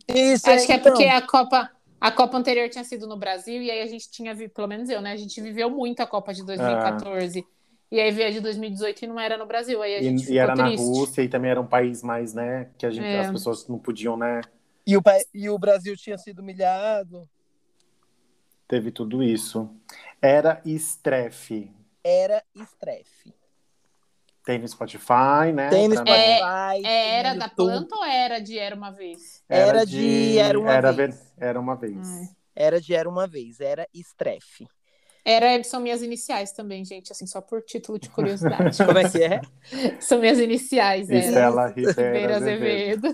Speaker 2: Isso,
Speaker 3: Acho que é
Speaker 2: então.
Speaker 3: porque a Copa, a Copa anterior tinha sido no Brasil e aí a gente tinha, vi- pelo menos eu, né? A gente viveu muito a Copa de 2014. E aí veio a de 2018 e não era no Brasil. Aí a gente
Speaker 1: E,
Speaker 3: ficou
Speaker 1: e era na
Speaker 3: triste.
Speaker 1: Rússia e também era um país mais, né? Que a gente,
Speaker 3: É.
Speaker 1: as pessoas não podiam, né?
Speaker 2: E o, pa- e o Brasil tinha sido humilhado.
Speaker 1: Teve tudo isso. Era Strefe.
Speaker 2: Era estresse.
Speaker 1: Tem no Spotify, né?
Speaker 2: Tem no
Speaker 1: Também.
Speaker 3: É,
Speaker 2: Spotify. tem
Speaker 3: É era
Speaker 2: no
Speaker 3: da
Speaker 2: YouTube.
Speaker 3: planta ou era de era uma vez?
Speaker 2: Era de Era Uma
Speaker 1: era
Speaker 2: Vez.
Speaker 1: ver- Era uma vez.
Speaker 2: Era de Era Uma Vez, era [laughs] estresse.
Speaker 3: Era, são minhas iniciais também, gente, assim, só por título de
Speaker 2: [laughs]
Speaker 3: curiosidade.
Speaker 2: Como é que é?
Speaker 3: são minhas iniciais, era.
Speaker 1: Estela
Speaker 3: Ribeiro
Speaker 1: Ribeira é Azevedo.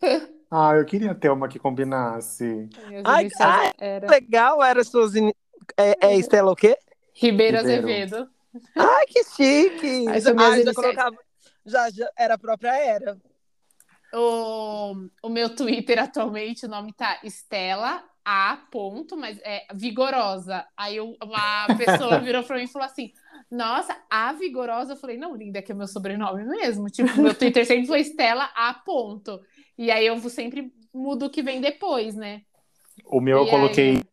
Speaker 3: Azevedo.
Speaker 1: Ah, eu queria ter uma que combinasse.
Speaker 3: Minhas
Speaker 2: Ai,
Speaker 3: iniciais era
Speaker 2: Legal, era suas. ini- É, é Estela o quê?
Speaker 3: Ribeiro
Speaker 1: Ribeiro.
Speaker 3: Azevedo.
Speaker 2: Ai, que chique!
Speaker 3: Aí são minhas
Speaker 2: Ai, já
Speaker 3: iniciais.
Speaker 2: colocava. Já, já era a própria era.
Speaker 3: O, o meu Twitter atualmente, o nome tá Estela A. Ponto, mas é vigorosa. Aí eu- uma pessoa virou pra mim e falou assim: Nossa, a vigorosa. Eu falei: Não, linda, que é meu sobrenome mesmo. Tipo, meu Twitter sempre foi Estela A. Ponto. E aí eu sempre mudo o que vem depois, né?
Speaker 1: O meu
Speaker 3: E
Speaker 1: eu
Speaker 3: aí?
Speaker 1: coloquei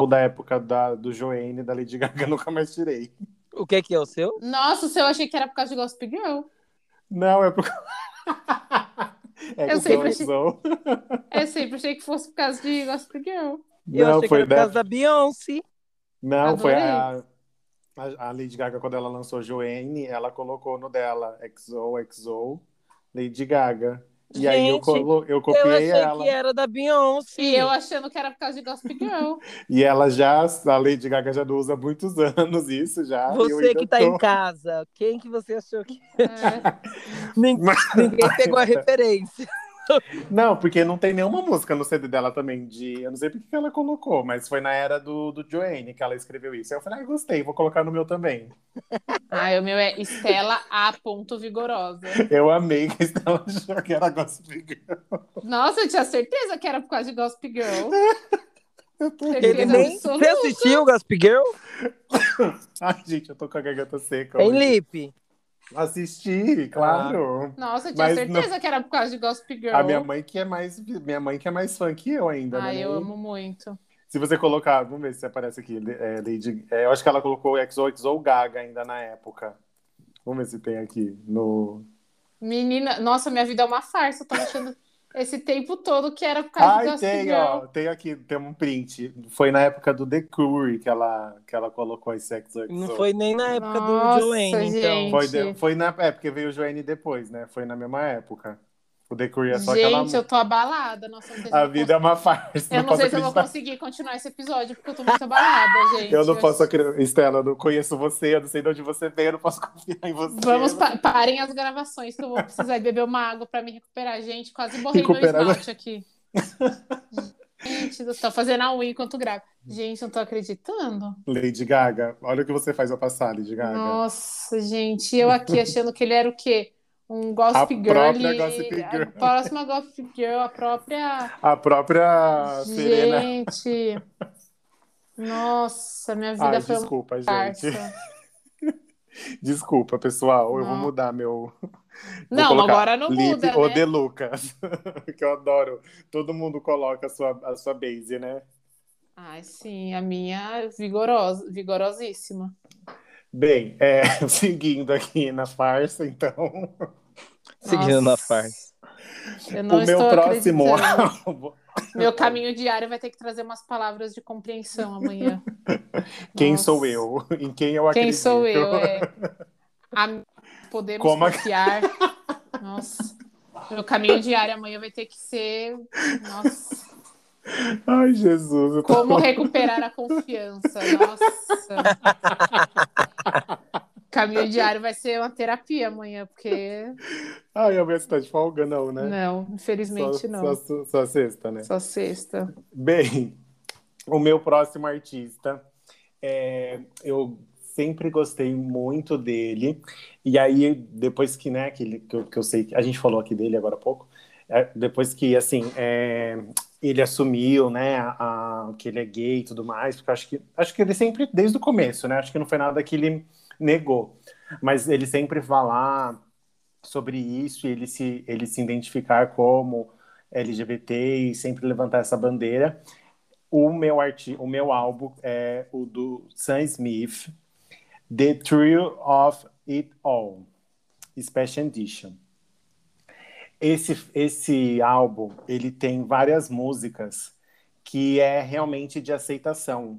Speaker 1: o da época da, do Joanne e da Lady Gaga, nunca mais tirei.
Speaker 2: O que que é o seu?
Speaker 3: Nossa, o seu eu achei que era por causa de Gossip Girl.
Speaker 1: Não, é porque. [laughs] é
Speaker 3: Eu
Speaker 1: que sou-
Speaker 3: sempre achei-
Speaker 1: sou.
Speaker 3: Eu sempre achei que fosse por causa de Gossip Girl.
Speaker 2: Eu
Speaker 1: Não,
Speaker 2: achei que
Speaker 1: foi
Speaker 2: era por
Speaker 1: da
Speaker 2: causa da Beyoncé.
Speaker 1: Não, foi a, a, a Lady Gaga, quando ela lançou Joanne, ela colocou no dela XO, XO, Lady Gaga. E aí eu,
Speaker 2: Gente,
Speaker 1: colo, eu
Speaker 2: Eu achei
Speaker 1: copiei ela.
Speaker 2: que é- era da Beyoncé.
Speaker 3: E eu achando que era por causa de Gossip Girl.
Speaker 1: E ela já, a Lady Gaga já usa há muitos [laughs] anos isso já. e Ah, eu
Speaker 2: Você
Speaker 1: ainda
Speaker 2: que tá
Speaker 1: tô.
Speaker 2: em casa, quem que você achou
Speaker 1: [laughs]
Speaker 2: que.
Speaker 3: É.
Speaker 2: Nin- [laughs] Ninguém pegou a referência.
Speaker 1: Não, porque não tem nenhuma música no CD dela também de... Eu não sei porque que ela colocou, mas foi na era do, do Joanne que ela escreveu isso. Aí eu falei, ah, gostei, vou colocar no meu também.
Speaker 3: Ah, o meu é Estela A. Ponto vigorosa.
Speaker 1: Eu amei que ela [laughs] achou que era Gossip Girl.
Speaker 3: Nossa, eu tinha certeza que era por causa de
Speaker 1: [laughs]
Speaker 3: Gossip Girl.
Speaker 2: Ele um
Speaker 3: Certeza
Speaker 2: nem... Você
Speaker 3: absoluta.
Speaker 2: assistiu Gasp Girl?
Speaker 1: Ai, gente, eu tô com a garganta seca.
Speaker 2: Tem
Speaker 1: hoje.
Speaker 2: Lipe.
Speaker 1: Assisti, claro.
Speaker 3: Nossa, eu tinha
Speaker 1: Mas
Speaker 3: certeza que era por causa de Gossip Girl.
Speaker 1: A minha mãe que é mais minha mãe que é mais fã que eu ainda,
Speaker 3: Ah,
Speaker 1: né?
Speaker 3: eu
Speaker 1: nem-
Speaker 3: amo muito.
Speaker 1: Se você colocar, vamos ver se aparece aqui, é, Lady, é, eu acho que ela colocou XOXO Gaga ainda na época. Vamos ver se tem aqui no
Speaker 3: Menina, nossa, minha vida é uma farsa. Eu tô achando esse tempo todo que era por causa de
Speaker 1: Ai,
Speaker 3: Gossip
Speaker 1: tem,
Speaker 3: Girl.
Speaker 1: ó, tem aqui, tem um print. Foi na época do The Curry que ela que ela colocou esse XOXO.
Speaker 2: Não foi nem na época
Speaker 3: Nossa,
Speaker 2: do Joanne, então.
Speaker 3: gente.
Speaker 1: Foi, de- foi na é porque veio o Joanne depois, né? Foi na mesma época. O The Curry é só aquela
Speaker 3: Gente, eu tô abalada. Nossa, eu não sei se
Speaker 1: a
Speaker 3: eu
Speaker 1: vida é uma farsa.
Speaker 3: Eu não sei
Speaker 1: posso
Speaker 3: se eu vou
Speaker 1: acreditar.
Speaker 3: conseguir continuar esse episódio, porque eu tô muito abalada, gente.
Speaker 1: Eu não posso acreditar, Estela, eu não conheço você, eu não sei de onde você veio, eu não posso [laughs] confiar em você.
Speaker 3: Vamos, pa- parem as gravações, que eu vou precisar beber uma água pra me recuperar, gente. Quase borrei
Speaker 1: Recuperar.
Speaker 3: meu esmalte aqui. gente, eu tô fazendo a unha enquanto gravo. Gente, eu não tô acreditando.
Speaker 1: Lady Gaga, olha o que você faz ao passar, Lady Gaga.
Speaker 3: Nossa, gente, eu aqui achando que ele era o quê? Um Gossip
Speaker 1: A
Speaker 3: Girl.
Speaker 1: própria
Speaker 3: e-
Speaker 1: Gossip Girl.
Speaker 3: A próxima Gossip Girl, a própria.
Speaker 1: A própria Serena.
Speaker 3: Gente. Nossa, minha vida
Speaker 1: Ai,
Speaker 3: foi uma
Speaker 1: desculpa, gente.
Speaker 3: farsa.
Speaker 1: Desculpa, pessoal. Eu vou
Speaker 3: Não.
Speaker 1: mudar meu. Vou
Speaker 3: Não,
Speaker 1: colocar
Speaker 3: agora não
Speaker 1: Lip
Speaker 3: muda,
Speaker 1: ou
Speaker 3: né?
Speaker 1: The Lucas. [laughs] que eu adoro. Todo mundo coloca a sua, a sua base, né?
Speaker 3: Ai, sim, a minha é vigorosa, vigorosíssima.
Speaker 1: Bem, é, [laughs] seguindo aqui na farsa, então.
Speaker 2: Seguindo na farsa.
Speaker 3: Eu não
Speaker 1: o meu
Speaker 3: estou
Speaker 1: próximo
Speaker 3: acreditando.
Speaker 1: [laughs] álbum.
Speaker 3: Meu caminho diário vai ter que trazer umas palavras de compreensão amanhã.
Speaker 1: [laughs] Quem
Speaker 3: Nossa.
Speaker 1: sou eu? Em quem eu
Speaker 3: Quem
Speaker 1: acredito?
Speaker 3: sou eu? É... A... Podemos
Speaker 1: Como a-
Speaker 3: confiar. Nossa. Meu caminho diário amanhã vai ter que ser. Nossa.
Speaker 1: [laughs] Ai, Jesus. eu tô-
Speaker 3: Como recuperar a confiança. Nossa. Caminho diário vai ser uma terapia amanhã, porque.
Speaker 1: [laughs] Ai, amanhã você tá de folga? Não, né?
Speaker 3: Não, infelizmente
Speaker 1: só,
Speaker 3: não.
Speaker 1: Só, só sexta, né?
Speaker 3: Só sexta.
Speaker 1: Bem, o meu próximo artista, é, eu sempre gostei muito dele. E aí, depois que, né, que, ele- que, eu, que eu sei, que a gente falou aqui dele agora há pouco, é, depois que, assim, é, ele assumiu, né, a, a- que ele é gay e tudo mais, porque eu acho que, acho que ele sempre, desde o começo, né, acho que não foi nada que ele negou. Mas ele sempre falar sobre isso e ele se, ele se identificar como LGBT e sempre levantar essa bandeira. O meu, arti o meu álbum é o do Sam Smith, The Thrill of It All, Special Edition. Esse, esse álbum, ele tem várias músicas que é realmente de aceitação.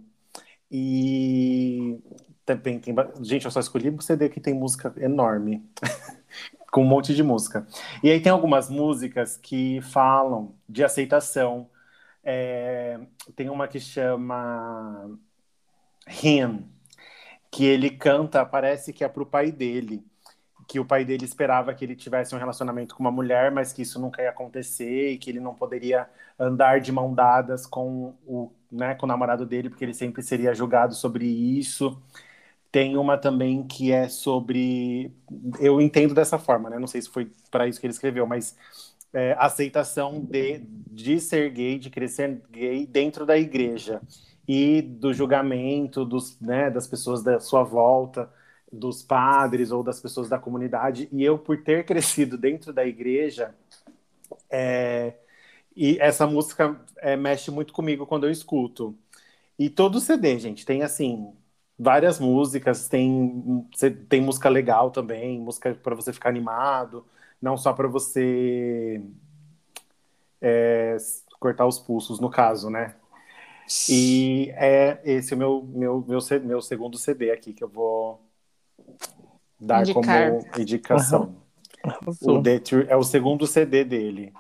Speaker 1: E também tem... ba- Gente, eu só escolhi um CD que tem música enorme. [laughs] Com um monte de música. E aí tem algumas músicas que falam de aceitação. É, tem uma que chama Him, que ele canta, parece que é pro pai dele. Que o pai dele esperava que ele tivesse um relacionamento com uma mulher, mas que isso nunca ia acontecer e que ele não poderia andar de mão dadas com o, né, com o namorado dele, porque ele sempre seria julgado sobre isso. Tem uma também que é sobre. Eu entendo dessa forma, né? Não sei se foi para isso que ele escreveu, mas é, aceitação de, de ser gay, de crescer gay dentro da igreja e do julgamento dos, né, das pessoas da sua volta, dos padres ou das pessoas da comunidade. E eu, por ter [laughs] crescido dentro da igreja, é, e essa música é, mexe muito comigo quando eu escuto. E todo CD, gente, tem assim várias músicas, tem tem música legal também, música para você ficar animado, não só para você é, cortar os pulsos, no caso, né? E é esse o meu, meu, meu, C- meu segundo CD aqui que eu vou dar
Speaker 3: Indicar.
Speaker 1: como indicação. O The Thr- é o segundo CD dele.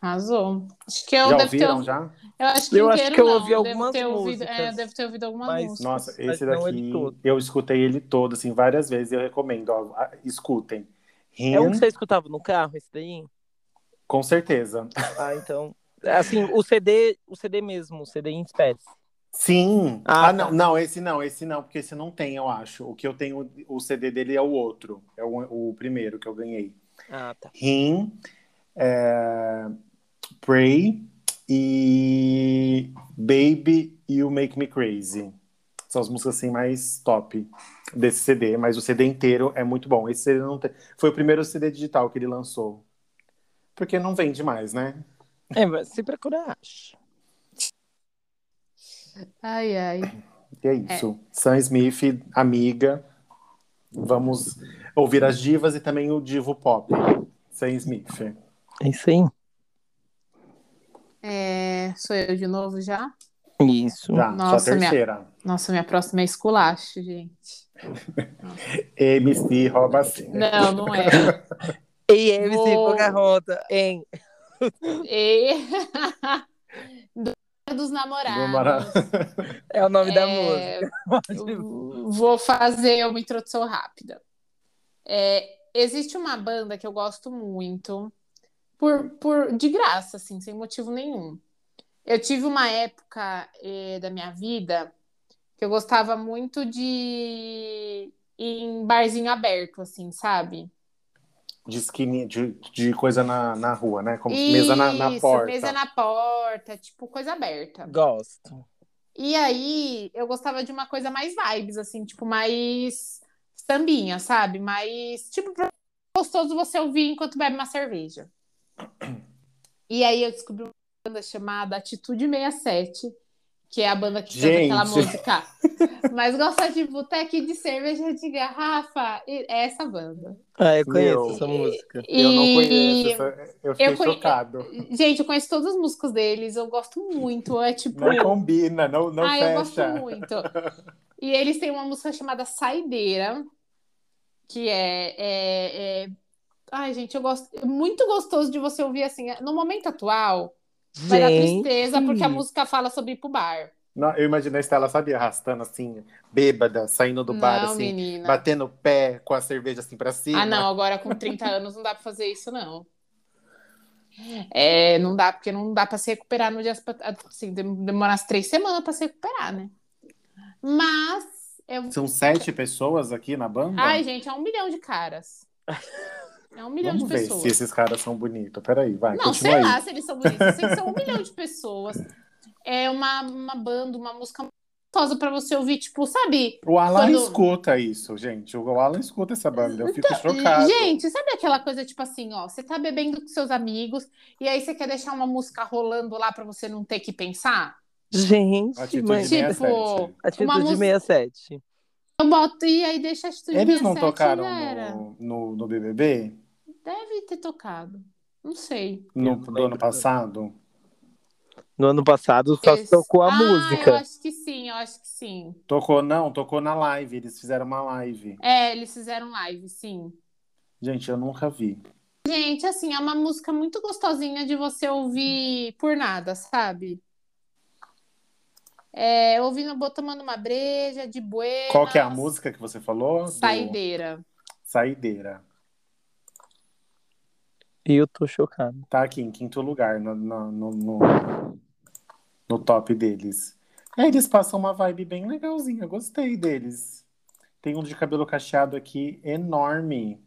Speaker 3: Arrasou. Acho que eu
Speaker 1: já
Speaker 3: devo
Speaker 1: ouviram,
Speaker 3: Então ter. um
Speaker 1: já?
Speaker 3: Eu acho que,
Speaker 2: Eu acho
Speaker 3: inteiro,
Speaker 2: que eu
Speaker 3: não.
Speaker 2: ouvi
Speaker 3: Devo
Speaker 2: algumas
Speaker 3: ter ouvido, é,
Speaker 2: músicas.
Speaker 3: devo ter ouvido algumas
Speaker 2: Mas-
Speaker 3: músicas.
Speaker 1: Nossa,
Speaker 2: Mas
Speaker 1: esse
Speaker 2: não
Speaker 1: daqui
Speaker 2: ele todo.
Speaker 1: eu escutei ele todo, assim, várias vezes. Eu recomendo, ó, a- escutem. Rim,
Speaker 2: É um que você escutava no carro, esse daí?
Speaker 1: com certeza.
Speaker 2: Ah, então. Assim, o CD, o CD mesmo, o CD em espécie.
Speaker 1: Sim.
Speaker 2: Ah,
Speaker 1: Ah,
Speaker 2: tá.
Speaker 1: não, não, esse não, esse não, porque esse não tem, eu acho. O que eu tenho, o CD dele é o outro, é o, o primeiro que eu ganhei.
Speaker 2: Ah, tá.
Speaker 1: Rim, é, Pray e Baby You Make Me Crazy. São as músicas assim mais top desse CD, mas o CD inteiro é muito bom. Esse CD não tem... foi o primeiro CD digital que ele lançou. Porque não vende mais, né?
Speaker 2: É, mas se procurar, acha.
Speaker 3: Ai, ai.
Speaker 1: E é isso. Sam Smith, amiga. Vamos ouvir as divas e também o divo pop. Sam Smith.
Speaker 2: É isso aí.
Speaker 3: É, sou eu de novo já?
Speaker 2: Isso.
Speaker 1: Já,
Speaker 3: Nossa,
Speaker 1: sua
Speaker 3: minha-
Speaker 1: terceira.
Speaker 3: Nossa, minha próxima é esculacho, gente.
Speaker 1: MC rouba a cena.
Speaker 3: Não, não é.
Speaker 2: [laughs] E MC
Speaker 3: Vou-
Speaker 2: Pocahontas, hein?
Speaker 3: E... [laughs] Do- Dos namorados.
Speaker 1: Do namorado.
Speaker 2: É o nome da
Speaker 3: É,
Speaker 2: música.
Speaker 3: eu Vou fazer uma introdução rápida. É, existe uma banda que eu gosto muito, por, por de graça, assim, sem motivo nenhum. Eu tive uma época eh, da minha vida que eu gostava muito de ir em barzinho aberto, assim, sabe?
Speaker 1: de skinny, de, de coisa na, na rua, né? Como mesa na, na
Speaker 3: Isso,
Speaker 1: porta.
Speaker 3: Mesa na porta, tipo coisa aberta.
Speaker 2: Gosto.
Speaker 3: E aí, eu gostava de uma coisa mais vibes, assim, tipo, mais sambinha, sabe? Mais, tipo, gostoso você ouvir enquanto bebe uma cerveja. E aí, eu descobri uma banda chamada Atitude 67, que é a banda que canta aquela
Speaker 1: Gente.
Speaker 3: música. [laughs] Mas gosta de boteco e de cerveja de garrafa. E é essa banda.
Speaker 2: Ah, eu conheço
Speaker 1: Meu.
Speaker 2: essa música.
Speaker 1: Eu não
Speaker 3: E-
Speaker 1: conheço, essa- eu fiquei
Speaker 3: eu conhe-
Speaker 1: chocado.
Speaker 3: Gente, eu conheço todas as músicas deles, eu gosto muito. É tipo.
Speaker 1: Não combina, não, não
Speaker 3: ah, eu gosto
Speaker 1: fecha. [laughs]
Speaker 3: muito. E eles têm uma música chamada Saideira, que é, é, é- Ai, gente, eu gosto. É muito gostoso de você ouvir assim. No momento atual, vai dar
Speaker 2: Gente.
Speaker 3: tristeza, porque a música fala sobre ir pro bar.
Speaker 1: Não, eu imagino a Estela, sabe, arrastando assim, bêbada, saindo do bar,
Speaker 3: não,
Speaker 1: assim,
Speaker 3: menina.
Speaker 1: batendo o pé com a cerveja assim pra cima.
Speaker 3: Ah, não, agora com 30 anos não dá pra fazer isso, não. É, não dá, porque não dá pra se recuperar no dia. Assim, dem- demora umas três semanas pra se recuperar, né? Mas. Eu...
Speaker 1: São sete pessoas aqui na banda?
Speaker 3: Ai, gente, é um milhão
Speaker 1: [laughs]
Speaker 3: de caras. É um milhão
Speaker 1: Vamos
Speaker 3: de
Speaker 1: ver
Speaker 3: pessoas.
Speaker 1: se esses caras são bonitos. Peraí, vai,
Speaker 3: Não,
Speaker 1: continua
Speaker 3: sei
Speaker 1: aí.
Speaker 3: lá se eles são bonitos.
Speaker 1: [laughs]
Speaker 3: Sei que são um milhão de pessoas. É uma, uma banda, uma música gostosa pra você ouvir, tipo, sabe?
Speaker 1: O Alan
Speaker 3: Quando-
Speaker 1: escuta isso, gente. O Alan escuta essa banda. Eu fico chocado.
Speaker 3: Então, Gente, sabe aquela coisa tipo assim, ó, você tá bebendo com seus amigos e aí você quer deixar uma música rolando lá pra você não ter que pensar?
Speaker 2: Gente,
Speaker 1: Atitude é
Speaker 2: mas...
Speaker 3: Tipo,
Speaker 1: 67.
Speaker 2: Atitude
Speaker 3: uma música-
Speaker 2: 67.
Speaker 3: Eu boto e aí deixa as tuas
Speaker 1: Eles não
Speaker 3: 67,
Speaker 1: tocaram
Speaker 3: galera.
Speaker 1: no, no, no BBB?
Speaker 3: Deve ter tocado. Não sei.
Speaker 1: No,
Speaker 2: não
Speaker 1: do
Speaker 2: lembro.
Speaker 1: ano passado?
Speaker 2: No ano passado só
Speaker 3: Esse-
Speaker 2: tocou a
Speaker 3: Ah, Eu
Speaker 2: música.
Speaker 3: acho que sim, eu acho que sim.
Speaker 1: Tocou, não, tocou na live. Eles fizeram uma live.
Speaker 3: É, eles fizeram live, sim.
Speaker 1: Gente, eu nunca vi.
Speaker 3: Gente, assim, é uma música muito gostosinha de você ouvir por nada, sabe? É, ouvindo, eu vou tomando uma breja, de buena.
Speaker 1: Qual que é a música que você falou? Do-
Speaker 3: Saideira.
Speaker 1: Saideira.
Speaker 2: E eu tô chocado.
Speaker 1: Tá aqui em quinto lugar no, no, no, no, no top deles. É, eles passam uma vibe bem legalzinha. Gostei deles. Tem um de cabelo cacheado aqui enorme.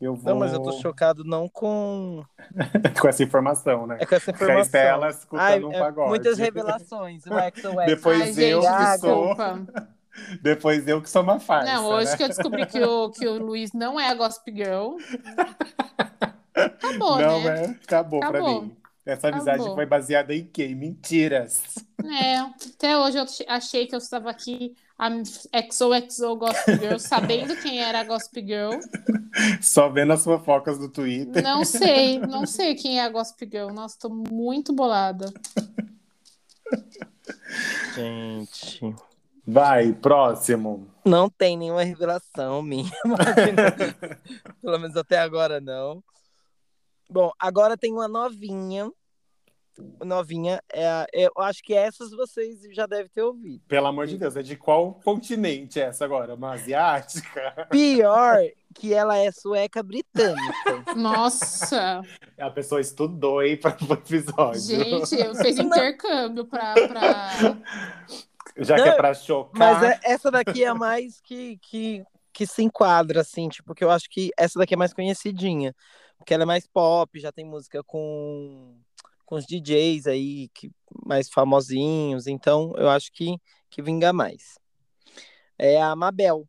Speaker 1: Eu vou
Speaker 2: Não, mas eu tô chocado não com,
Speaker 1: [laughs] com essa informação, né?
Speaker 2: é com essa
Speaker 1: Porque a
Speaker 2: informação.
Speaker 1: Estela escutando
Speaker 2: Ai,
Speaker 1: um
Speaker 2: é,
Speaker 1: pagode.
Speaker 2: muitas revelações. O Axl
Speaker 1: [laughs]
Speaker 2: Rose.
Speaker 1: Depois
Speaker 3: Ai,
Speaker 1: eu
Speaker 3: gente,
Speaker 1: que sou.
Speaker 3: desculpa.
Speaker 1: [laughs] Depois eu que sou uma farsa.
Speaker 3: Não, hoje
Speaker 1: né?
Speaker 3: que eu descobri que o, que o Luiz não é a Gossip Girl. Acabou,
Speaker 1: Não, é.
Speaker 3: né?
Speaker 1: Acabou, pra
Speaker 3: Acabou.
Speaker 1: mim. Essa amizade
Speaker 3: Acabou.
Speaker 1: foi baseada em quê? Mentiras.
Speaker 3: É, até hoje eu ach- achei que eu estava aqui, a XOXO Gossip Girl, sabendo quem era a Gossip Girl.
Speaker 1: Só vendo as fofocas do Twitter.
Speaker 3: Não sei, não sei quem é a Gossip Girl. Nossa, tô muito bolada.
Speaker 2: Gente.
Speaker 1: Vai, próximo.
Speaker 2: Não tem nenhuma revelação minha. [laughs] mas- Pelo menos até agora não. Bom, agora tem uma novinha. Novinha, é, a- eu acho que essas vocês já devem ter ouvido.
Speaker 1: Pelo amor de Deus, é de qual continente é essa agora? Uma asiática?
Speaker 2: Pior que ela é sueca britânica.
Speaker 3: Nossa,
Speaker 1: A pessoa estudou aí para o episódio.
Speaker 3: gente, eu fiz intercâmbio pra. pra...
Speaker 1: Já que é pra chocar.
Speaker 2: Mas é- essa daqui é a mais que, que, que se enquadra, assim, tipo, que eu acho que essa daqui é mais conhecidinha. Porque ela é mais pop, já tem música com, com os DJs aí, que, mais famosinhos, então eu acho que, que vinga mais. É a Mabel.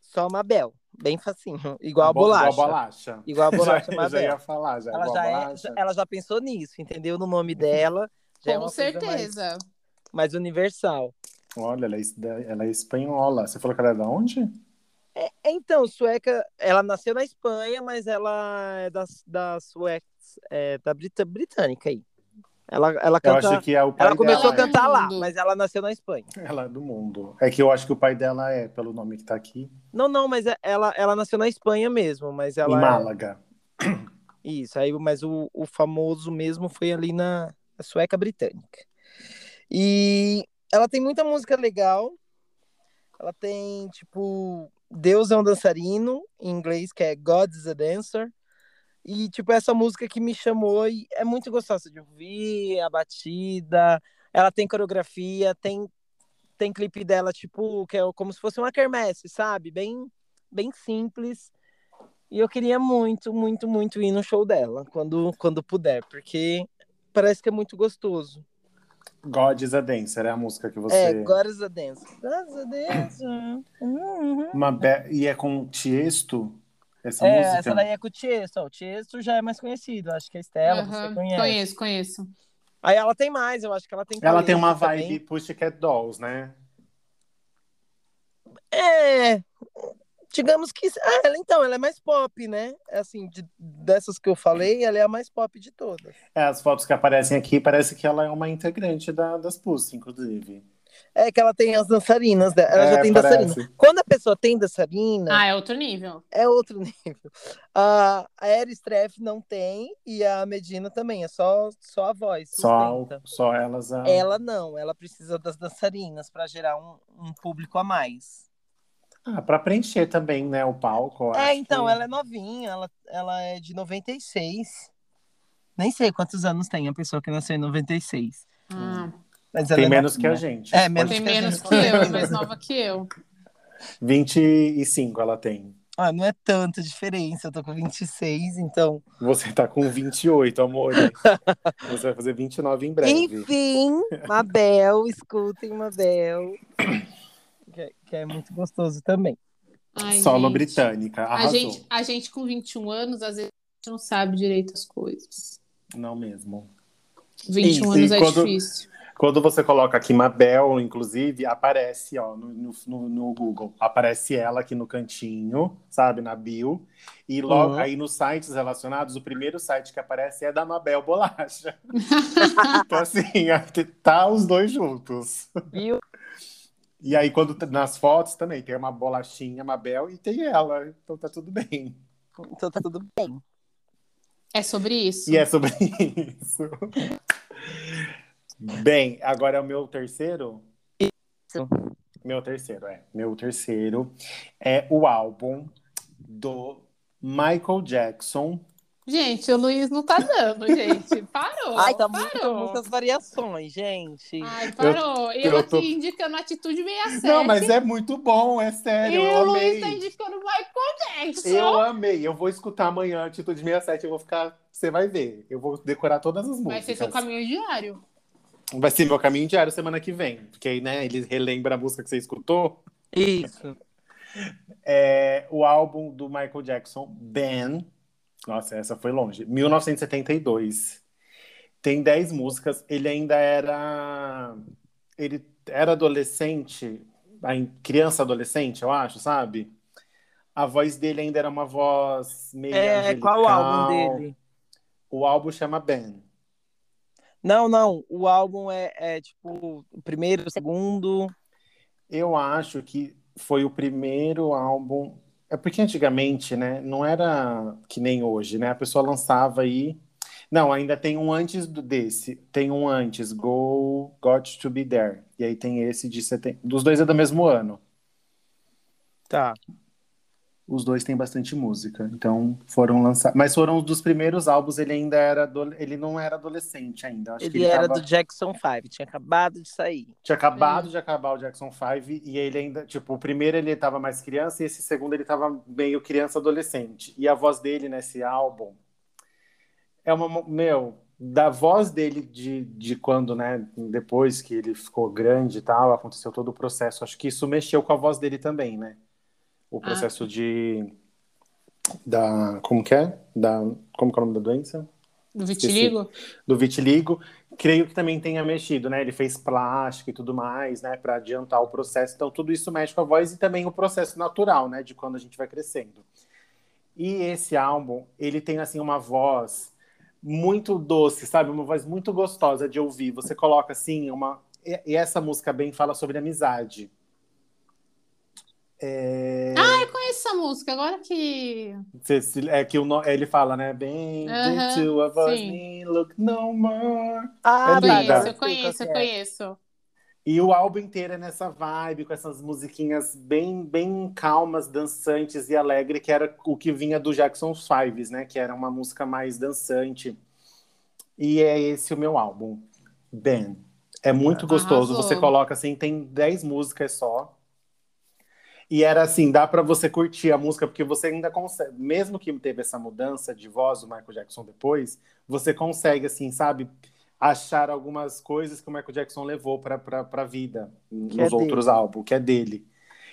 Speaker 2: Só a Mabel. Bem facinho. Igual a
Speaker 1: Bo- igual
Speaker 2: bolacha.
Speaker 1: bolacha.
Speaker 2: Igual a bolacha
Speaker 1: [laughs] já, já
Speaker 2: Mabel.
Speaker 1: ia falar, já.
Speaker 2: ela,
Speaker 1: igual
Speaker 2: já é-
Speaker 1: bolacha.
Speaker 2: já- ela já pensou nisso, entendeu? No nome dela. Já é
Speaker 3: Com
Speaker 2: uma coisa mais-
Speaker 3: certeza.
Speaker 2: mais universal.
Speaker 1: Olha, ela é, es- ela é espanhola. Você falou que ela é da onde?
Speaker 2: É, Então, sueca, ela nasceu na Espanha, mas ela é da, da sueca, é, da Brita, britânica aí. Ela, ela
Speaker 1: Eu
Speaker 2: canta,
Speaker 1: acho que é o pai
Speaker 2: ela começou
Speaker 1: dela.
Speaker 2: a
Speaker 1: é-
Speaker 2: cantar lá,
Speaker 3: Mundo.
Speaker 2: mas ela nasceu na Espanha.
Speaker 1: Ela é do mundo. É que eu acho que o pai dela é, pelo nome que tá aqui,
Speaker 2: Não, não, mas é- ela, ela nasceu na Espanha mesmo, mas ela
Speaker 1: em
Speaker 2: é-
Speaker 1: Málaga.
Speaker 2: isso, aí, mas o, o famoso mesmo foi ali na, na sueca britânica. E ela tem muita música legal. Ela tem, tipo, Deus é um dançarino, em inglês, que é God is a Dancer. E, tipo, essa música que me chamou e é muito gostosa de ouvir, a batida. Ela tem coreografia, tem, tem clipe dela, tipo, que é como se fosse uma quermesse, sabe? Bem, bem simples. E eu queria muito, muito, muito ir no show dela, quando, quando puder, porque parece que é muito gostoso.
Speaker 1: God is a Dancer é a música que você.
Speaker 2: É, God is a Dancer. God is a
Speaker 1: [laughs]
Speaker 2: Dancer. Uhum.
Speaker 1: Uma be- E é com Tiesto? Essa
Speaker 2: É,
Speaker 1: música?
Speaker 2: essa daí é com o Tiesto. ó, O Tiesto já é mais conhecido. Acho que a Estela, você
Speaker 3: Aham,
Speaker 2: conhece.
Speaker 3: Uhum, Conheço, conheço.
Speaker 2: Aí ela tem mais, eu acho que ela tem
Speaker 1: Ela tem
Speaker 2: Coreia
Speaker 1: uma
Speaker 2: também.
Speaker 1: vibe Pussycat Dolls, né?
Speaker 2: É. Digamos que. Ah, ela então, ela é mais pop, né? É Assim, de- dessas que eu falei, ela é a mais pop de todas.
Speaker 1: É, as fotos que aparecem aqui parece que ela é uma integrante da, das Pussy, inclusive.
Speaker 2: É que ela tem as dançarinas dela. Ela
Speaker 1: É,
Speaker 2: já tem
Speaker 1: parece.
Speaker 2: dançarina. Quando a pessoa tem dançarina,
Speaker 3: Ah, é outro nível.
Speaker 2: é outro [laughs] nível. A, a Ares Treff não tem e a Medina também. É só, só a voz.
Speaker 1: Só,
Speaker 2: sustenta.
Speaker 1: só elas. A...
Speaker 2: Ela não. Ela precisa das dançarinas para gerar um, um público a mais.
Speaker 1: Ah, pra preencher também, né? O palco. eu
Speaker 2: É,
Speaker 1: acho
Speaker 2: então,
Speaker 1: que-
Speaker 2: ela é novinha. Ela, ela é de 96. Nem sei quantos anos tem a pessoa que nasceu em 96.
Speaker 3: Ah,
Speaker 2: Mas ela
Speaker 1: Tem
Speaker 2: é
Speaker 1: menos que
Speaker 2: novinha.
Speaker 1: a gente.
Speaker 2: É, menos
Speaker 3: tem
Speaker 2: que a
Speaker 3: menos
Speaker 2: gente.
Speaker 3: que eu, é mais nova que eu.
Speaker 1: 25 ela tem.
Speaker 2: Ah, não é tanta diferença. Eu tô com 26, então.
Speaker 1: Você tá com 28,
Speaker 2: [laughs]
Speaker 1: amor. Você vai fazer 29 em breve.
Speaker 2: Enfim, Mabel, [laughs] escutem Mabel. Que é, que é muito gostoso também.
Speaker 3: Ai,
Speaker 1: Solo
Speaker 3: gente.
Speaker 1: britânica.
Speaker 3: A
Speaker 1: Arrasou.
Speaker 3: gente, a gente com 21 anos, às vezes a gente não sabe direito as coisas.
Speaker 1: Não mesmo.
Speaker 3: 21
Speaker 1: Isso,
Speaker 3: anos
Speaker 1: e
Speaker 3: é
Speaker 1: quando-
Speaker 3: difícil.
Speaker 1: Quando você coloca aqui Mabel, inclusive, aparece ó, no, no- no- no Google. Aparece ela aqui no cantinho, sabe? Na bio. E logo
Speaker 2: Uhum.
Speaker 1: aí nos sites relacionados, o primeiro site que aparece é da Mabel
Speaker 3: [laughs]
Speaker 1: Bolacha. então, assim, [laughs] tá os dois juntos.
Speaker 2: Viu?
Speaker 1: E aí, quando tá- nas fotos também tem uma bolachinha, Mabel, e tem ela. Então tá tudo bem.
Speaker 2: Então tá tudo bem.
Speaker 3: É sobre isso?
Speaker 1: E é sobre isso. [laughs] Bem, agora é o meu terceiro?
Speaker 2: Isso.
Speaker 1: Meu terceiro, é. Meu terceiro é o álbum do Michael Jackson.
Speaker 3: Gente, o Luiz não tá dando, gente. Parou.
Speaker 2: Ai, tá
Speaker 3: parou.
Speaker 2: muito, muitas variações, gente.
Speaker 3: Ai, parou. Eu,
Speaker 1: eu
Speaker 3: aqui
Speaker 1: tô-
Speaker 3: indicando atitude 67.
Speaker 1: Não, mas é muito bom, é
Speaker 3: E
Speaker 1: sério.
Speaker 3: o
Speaker 1: Eu
Speaker 3: Luiz tá
Speaker 1: amei.
Speaker 3: indicando Michael Jackson.
Speaker 1: Eu amei. Eu vou escutar amanhã tipo, Atitude 67, eu vou ficar. Você vai ver. Eu vou decorar todas as músicas.
Speaker 3: Vai ser seu caminho diário.
Speaker 1: Vai ser meu caminho diário semana que vem. Porque aí, né, ele relembra a música que você escutou.
Speaker 2: Isso.
Speaker 1: é o álbum do Michael Jackson, Ben. Nossa, essa foi longe. 1972. Tem 10 músicas. Ele ainda era. Ele era adolescente, ai, criança adolescente, eu acho, sabe? A voz dele ainda era uma voz meio.
Speaker 2: É, qual o álbum
Speaker 1: angelical.
Speaker 2: dele?
Speaker 1: O álbum chama Ben.
Speaker 2: Não, não. O álbum é, é, tipo o primeiro, o segundo.
Speaker 1: Eu acho que foi o primeiro álbum. É porque antigamente, né? Não era que nem hoje, né? A pessoa lançava aí. Não, ainda tem um antes do desse. Tem um antes, Go Got to Be There. E aí tem esse de setembro. Dos dois é do mesmo ano.
Speaker 2: Tá.
Speaker 1: Os dois têm bastante música. Então foram lançados. Mas foram os dos primeiros álbuns. Ele ainda era. adole- Ele não era adolescente ainda. Acho que
Speaker 2: Ele
Speaker 1: ele
Speaker 2: era
Speaker 1: tava-
Speaker 2: do Jackson 5, tinha acabado de sair.
Speaker 1: Tinha acabado de acabar o Jackson 5 e ele ainda, tipo, o primeiro ele tava mais criança e esse segundo ele tava meio criança adolescente. E a voz dele nesse álbum é uma, mo- meu, da voz dele de, de quando, né, depois que ele ficou grande e tal, aconteceu todo o processo. Acho que isso mexeu com a voz dele também, né? O processo de da, como que é? Da, como que é o nome da doença?
Speaker 3: Do vitiligo?
Speaker 1: do vitiligo, creio que também tenha mexido, né? Ele fez plástico e tudo mais, né, Pra adiantar o processo. Então tudo isso mexe com a voz e também o processo natural, né, de quando a gente vai crescendo. E esse álbum, ele tem assim uma voz muito doce, sabe? Uma voz muito gostosa de ouvir. Você coloca assim uma e e essa música bem fala sobre amizade. É...
Speaker 3: Eu conheço essa música, agora que.
Speaker 1: Cê- se- É que o no- ele fala, né? Bem,
Speaker 3: Aham,
Speaker 1: to a voz,
Speaker 3: sim.
Speaker 1: me look no more.
Speaker 2: Ah,
Speaker 1: É
Speaker 2: tá,
Speaker 1: linda.
Speaker 2: agora eu sei
Speaker 3: Conheço, eu conheço,
Speaker 2: qual
Speaker 3: eu
Speaker 2: que é.
Speaker 3: conheço.
Speaker 1: E o álbum inteiro é nessa vibe, com essas musiquinhas bem, bem calmas, dançantes e alegre, que era o que vinha do Jackson Fives, né? Que era uma música mais dançante. E é esse o meu álbum, Ben. É muito gostoso.
Speaker 3: Arrasou.
Speaker 1: Você coloca assim, tem 10 músicas só. E era assim, dá pra você curtir a música, porque você ainda consegue, mesmo que teve essa mudança de voz do Michael Jackson depois, você consegue, assim, sabe, achar algumas coisas que o Michael Jackson levou pra, pra, pra vida nos
Speaker 2: é dele.
Speaker 1: outros álbuns, que é dele.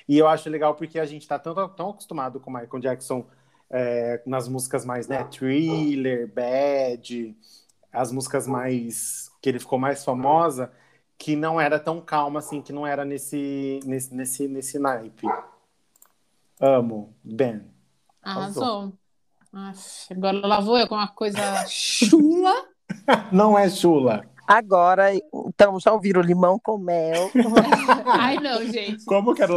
Speaker 1: E eu acho legal porque a gente tá tão, tão acostumado com o Michael Jackson é, nas músicas mais, né, Thriller, Bad, as músicas mais, que ele ficou mais famosa, que não era tão calma assim, que não era nesse, nesse, nesse, nesse naipe. Amo, Ben.
Speaker 3: Arrasou. [laughs] Aff, agora lá vou eu com uma coisa chula.
Speaker 1: Não é chula.
Speaker 2: Agora, então, já ouviram Limão com Mel?
Speaker 3: Ai, não, gente.
Speaker 1: Como que era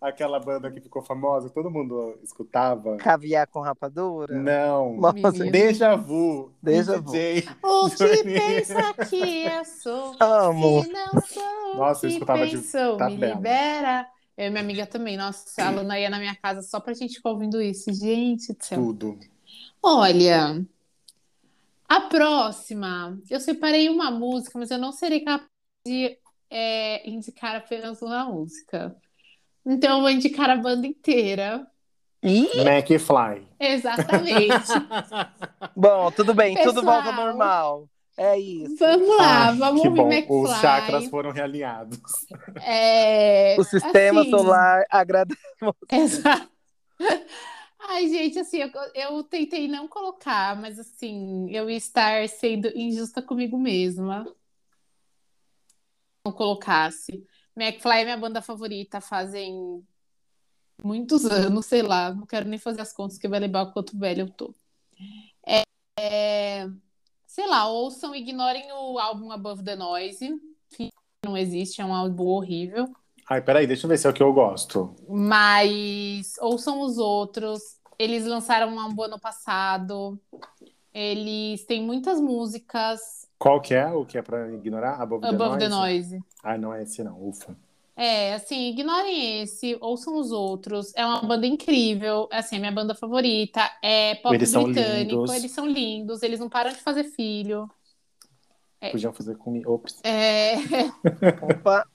Speaker 1: aquela banda que ficou famosa? Todo mundo escutava?
Speaker 2: [laughs] Caviar com
Speaker 3: É.
Speaker 2: rapadura?
Speaker 1: Não.
Speaker 2: Nossa,
Speaker 3: Menino.
Speaker 1: Deja vu. Um
Speaker 2: Deja
Speaker 1: do
Speaker 2: vu.
Speaker 1: DJ.
Speaker 3: [laughs] O que
Speaker 1: Joaninha.
Speaker 3: pensa que eu sou?
Speaker 2: amo.
Speaker 3: Se não sou
Speaker 1: Nossa, eu
Speaker 3: o que
Speaker 1: escutava de
Speaker 3: pensou, me
Speaker 1: tabela.
Speaker 3: libera. Eu e minha amiga também. Nossa, a Luna ia na minha casa só pra gente ficar ouvindo isso. Gente do céu.
Speaker 1: Tudo.
Speaker 3: Olha, a próxima. Eu separei uma música, mas eu não serei capaz de é, indicar apenas uma música. Então eu vou indicar a banda inteira.
Speaker 2: Ih,
Speaker 1: McFly.
Speaker 3: Exatamente.
Speaker 1: [laughs]
Speaker 3: Ah,
Speaker 2: bom, tudo bem, tudo
Speaker 3: Pessoal.
Speaker 2: volta ao normal. É isso.
Speaker 3: Vamos lá,
Speaker 1: Ai,
Speaker 3: vamos
Speaker 1: Ah, que
Speaker 3: ouvir
Speaker 1: bom.
Speaker 3: McFly.
Speaker 1: Os chakras foram realinhados.
Speaker 3: É,
Speaker 2: O sistema
Speaker 3: assim,
Speaker 2: solar agradece.
Speaker 3: [laughs] Exato. Ai, gente, assim, eu, eu tentei não colocar, mas assim, eu ia estar sendo injusta comigo mesma. se Não colocasse. McFly é minha banda favorita, fazem muitos anos, sei lá, não quero nem fazer as contas que vai levar o quanto velha eu tô. É, é, sei lá, ouçam, ignorem o álbum Above the Noise, que não existe, é um álbum horrível.
Speaker 1: Ai, peraí, deixa eu ver se é o que eu gosto.
Speaker 3: Mas ouçam os outros. Eles lançaram um álbum ano passado. Eles têm muitas músicas.
Speaker 1: Qual que é o que é pra ignorar? Above,
Speaker 3: Above
Speaker 1: the
Speaker 3: the
Speaker 1: Noise?
Speaker 3: Noise.
Speaker 1: Ai, não é esse não, ufa.
Speaker 3: É, assim, ignorem esse, ouçam os outros. É uma banda incrível, é, assim, é minha banda favorita. É pop
Speaker 1: Eles são
Speaker 3: britânico,
Speaker 1: lindos.
Speaker 3: eles são lindos, eles não param de fazer filho. É.
Speaker 1: Podiam fazer comigo. Ops,
Speaker 3: É, [laughs]
Speaker 2: Opa,